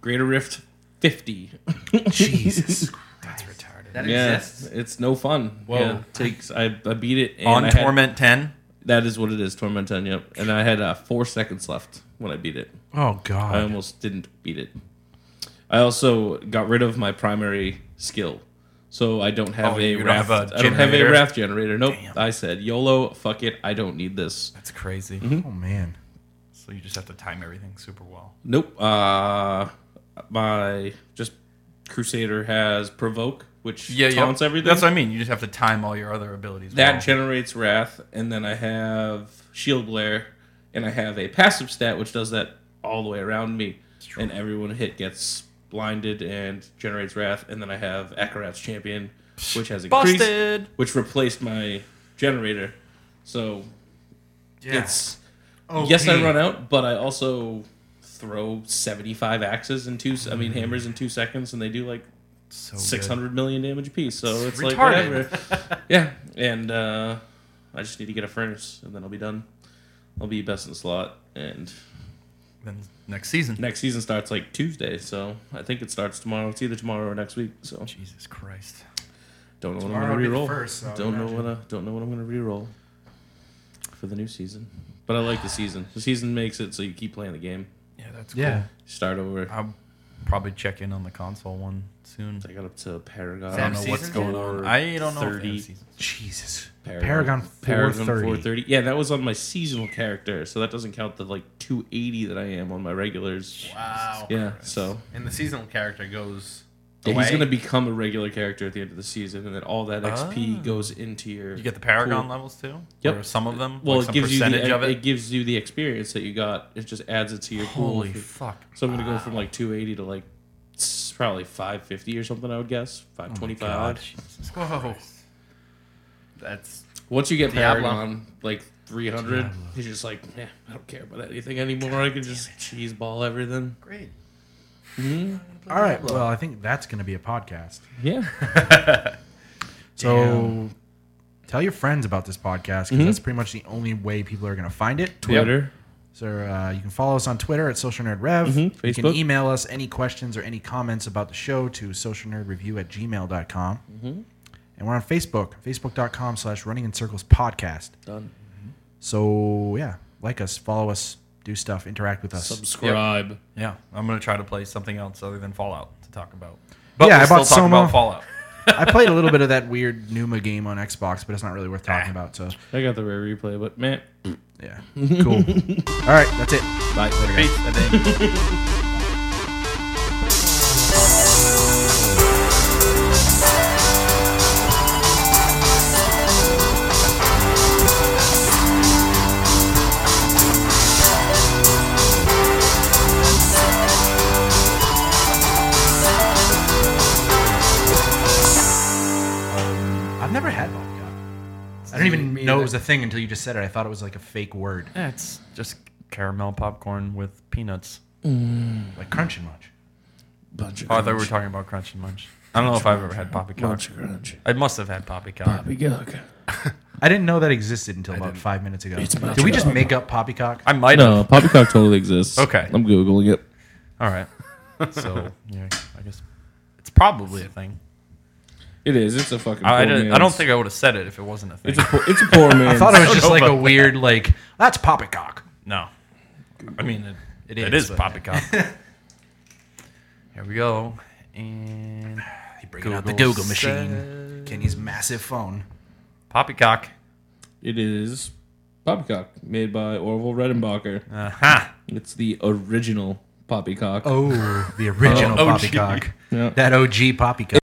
Speaker 4: Greater Rift 50.
Speaker 1: Jesus.
Speaker 3: That's retarded.
Speaker 2: That
Speaker 4: Yeah,
Speaker 2: exists.
Speaker 4: it's no fun.
Speaker 3: Whoa.
Speaker 4: Yeah, it takes I, I beat it and
Speaker 3: On
Speaker 4: I had-
Speaker 3: Torment 10.
Speaker 4: that is what it is, Torment 10, Yep. And I had uh, four seconds left when I beat it.
Speaker 1: oh
Speaker 4: I
Speaker 1: God.
Speaker 4: almost didn't beat it. I also got rid of my primary skill, so I don't have
Speaker 3: Oh,
Speaker 4: a
Speaker 3: you don't
Speaker 4: raft.
Speaker 3: have a
Speaker 4: I don't have a
Speaker 3: generator?
Speaker 4: raft generator. Nope.
Speaker 3: Damn.
Speaker 4: I said YOLO. Fuck it. I don't need this.
Speaker 3: That's crazy.
Speaker 4: Mm-hmm.
Speaker 1: Oh man.
Speaker 3: So you just have to time everything super well.
Speaker 4: Nope. Uh, my just Crusader has provoke, which taunts everything.
Speaker 3: That's what I mean. You just have to time all your other abilities.
Speaker 4: That
Speaker 3: well.
Speaker 4: generates wrath, and then I have shield glare, and I have a passive stat which does that all the way around me, and everyone hit gets blinded and generates wrath, and then I have Akarat's champion, which has increased,
Speaker 3: Busted.
Speaker 4: which replaced my generator. So it's
Speaker 1: OP.
Speaker 4: yes, I run out, but I also throw seventy-five axes in two. I mean hammers in two seconds, and they do like
Speaker 3: So
Speaker 4: six
Speaker 3: good.
Speaker 4: hundred million damage a piece. So it's
Speaker 1: *laughs*
Speaker 4: like
Speaker 3: retarded.
Speaker 4: whatever. yeah, and uh, I just need to get a furnace, and then I'll be done. I'll be best in slot, and
Speaker 3: Then next season.
Speaker 4: next season starts like Tuesday. So I think it starts tomorrow. It's either tomorrow or next week. So
Speaker 3: Jesus Christ.
Speaker 4: don't know
Speaker 1: Tomorrow
Speaker 4: what
Speaker 1: would be
Speaker 4: I'm
Speaker 1: the
Speaker 4: gonna reroll.
Speaker 1: first, so I
Speaker 4: don't know
Speaker 1: imagine.
Speaker 4: what I don't know what I'm gonna reroll for the new season. But I like the season. The season makes it so you keep playing the game.
Speaker 3: Yeah, that's cool.
Speaker 1: Yeah.
Speaker 4: Start over.
Speaker 3: I'll probably check in on the console one soon.
Speaker 4: I got up to Paragon.
Speaker 2: Is
Speaker 3: I
Speaker 2: that
Speaker 3: don't know what's
Speaker 2: season
Speaker 3: going
Speaker 4: two?
Speaker 3: on. I don't know. if they have
Speaker 4: 30.
Speaker 3: seasons.
Speaker 1: Jesus.
Speaker 4: Paragon-
Speaker 1: Paragon,
Speaker 4: Paragon
Speaker 1: 430.
Speaker 4: 430. Yeah, that was on my seasonal character, so that doesn't count the like 280 that I am on my regulars.
Speaker 2: Wow.
Speaker 4: Yeah, so
Speaker 2: And the seasonal character goes.
Speaker 4: yeah, he's
Speaker 2: away?
Speaker 4: gonna become a regular character at the end of the season, and then all that XP goes into your.
Speaker 3: Ah. You get the Paragon
Speaker 4: pool.
Speaker 3: levels too?
Speaker 4: Yep.
Speaker 3: Or some of them?
Speaker 4: Well,
Speaker 3: Like
Speaker 4: it
Speaker 3: some
Speaker 4: gives you
Speaker 3: percentage
Speaker 4: the,
Speaker 3: of
Speaker 4: it.
Speaker 3: it?
Speaker 4: gives you the experience that you got. It just adds it to your pool.
Speaker 3: Holy
Speaker 4: If you-
Speaker 3: fuck.
Speaker 4: So I'm gonna go from like 280 to like s- probably 550 or something. I would guess
Speaker 3: Oh
Speaker 4: 525.
Speaker 3: Jesus
Speaker 2: Whoa.
Speaker 3: Christ.
Speaker 2: That's.
Speaker 4: Once you get
Speaker 2: Diablo.
Speaker 4: Paragon like 300, he's just like, eh, I don't care about anything anymore. I can just cheeseball everything.
Speaker 2: Great.
Speaker 1: All right. Well, I think that's going to be a podcast.
Speaker 4: Yeah.
Speaker 1: So tell your friends about this podcast because
Speaker 4: Mm-hmm.
Speaker 1: that's pretty much the only way people are going to find it.
Speaker 4: Twitter.
Speaker 1: So uh, you can follow us on Twitter at Social Nerd Rev. You can
Speaker 4: Mm-hmm. Facebook.
Speaker 1: email us any questions or any comments about the show to socialnerdreview at gmail.com.
Speaker 4: Mm-hmm.
Speaker 1: And we're on Facebook, facebook.com slash running in circles podcast.
Speaker 4: Done.
Speaker 1: So yeah, like us, follow us, do stuff, interact with us.
Speaker 4: Subscribe.
Speaker 3: Yeah. I'm going to try to play something else other than Fallout to talk about. But
Speaker 1: Yeah,
Speaker 3: we'll
Speaker 1: I bought uh,
Speaker 3: still talk
Speaker 1: Soma.
Speaker 3: about Fallout.
Speaker 1: I played a little bit of that weird Numa game on Xbox, but it's not really worth talking about. So
Speaker 4: I got the rare replay, but man.
Speaker 1: yeah, cool. All right, that's it.
Speaker 4: Bye.
Speaker 3: Peace. I think.
Speaker 1: *laughs* I've never had vodka. I don't even know it was a thing until you just said it. I thought it was like a fake word,
Speaker 3: Yeah, it's just caramel popcorn with peanuts.
Speaker 1: like crunch and munch.
Speaker 4: Bunch of
Speaker 3: Oh, I thought we were talking about Crunch and Munch. I don't know if I've ever had poppycock.
Speaker 4: crunch.
Speaker 3: I must have had poppycock.
Speaker 4: Poppycock.
Speaker 1: I didn't know that existed until about
Speaker 2: didn't.
Speaker 1: five minutes ago.
Speaker 4: It's my
Speaker 1: Did we just
Speaker 4: job.
Speaker 1: make up poppycock?
Speaker 3: I might
Speaker 4: No, poppycock totally exists.
Speaker 3: Okay.
Speaker 4: I'm googling it.
Speaker 3: All *laughs* right. So yeah, I guess it's probably a thing.
Speaker 4: It is. It's a fucking.
Speaker 3: I, I
Speaker 4: poor
Speaker 3: don't, I don't
Speaker 4: man's-
Speaker 3: think I would have said it if it wasn't a thing.
Speaker 4: it's a poor, it's a
Speaker 3: *laughs*
Speaker 4: poor man.
Speaker 1: I thought it was
Speaker 3: don't
Speaker 1: just
Speaker 3: know
Speaker 1: like a
Speaker 3: about that.
Speaker 1: weird like that's poppycock.
Speaker 3: no. I mean, it,
Speaker 1: It
Speaker 3: it
Speaker 1: is,
Speaker 3: is
Speaker 1: but-
Speaker 3: poppycock. *laughs* Here we go. And
Speaker 1: He bringing out the Google machine.
Speaker 3: said-
Speaker 1: Kenny's massive phone.
Speaker 3: poppycock.
Speaker 4: It is poppycock made by Orville Redenbacher.
Speaker 3: Aha.
Speaker 4: It's the original poppycock.
Speaker 1: *laughs* Oh, the original
Speaker 3: Oh, OG.
Speaker 1: poppycock.
Speaker 4: Yeah.
Speaker 1: That OG poppycock.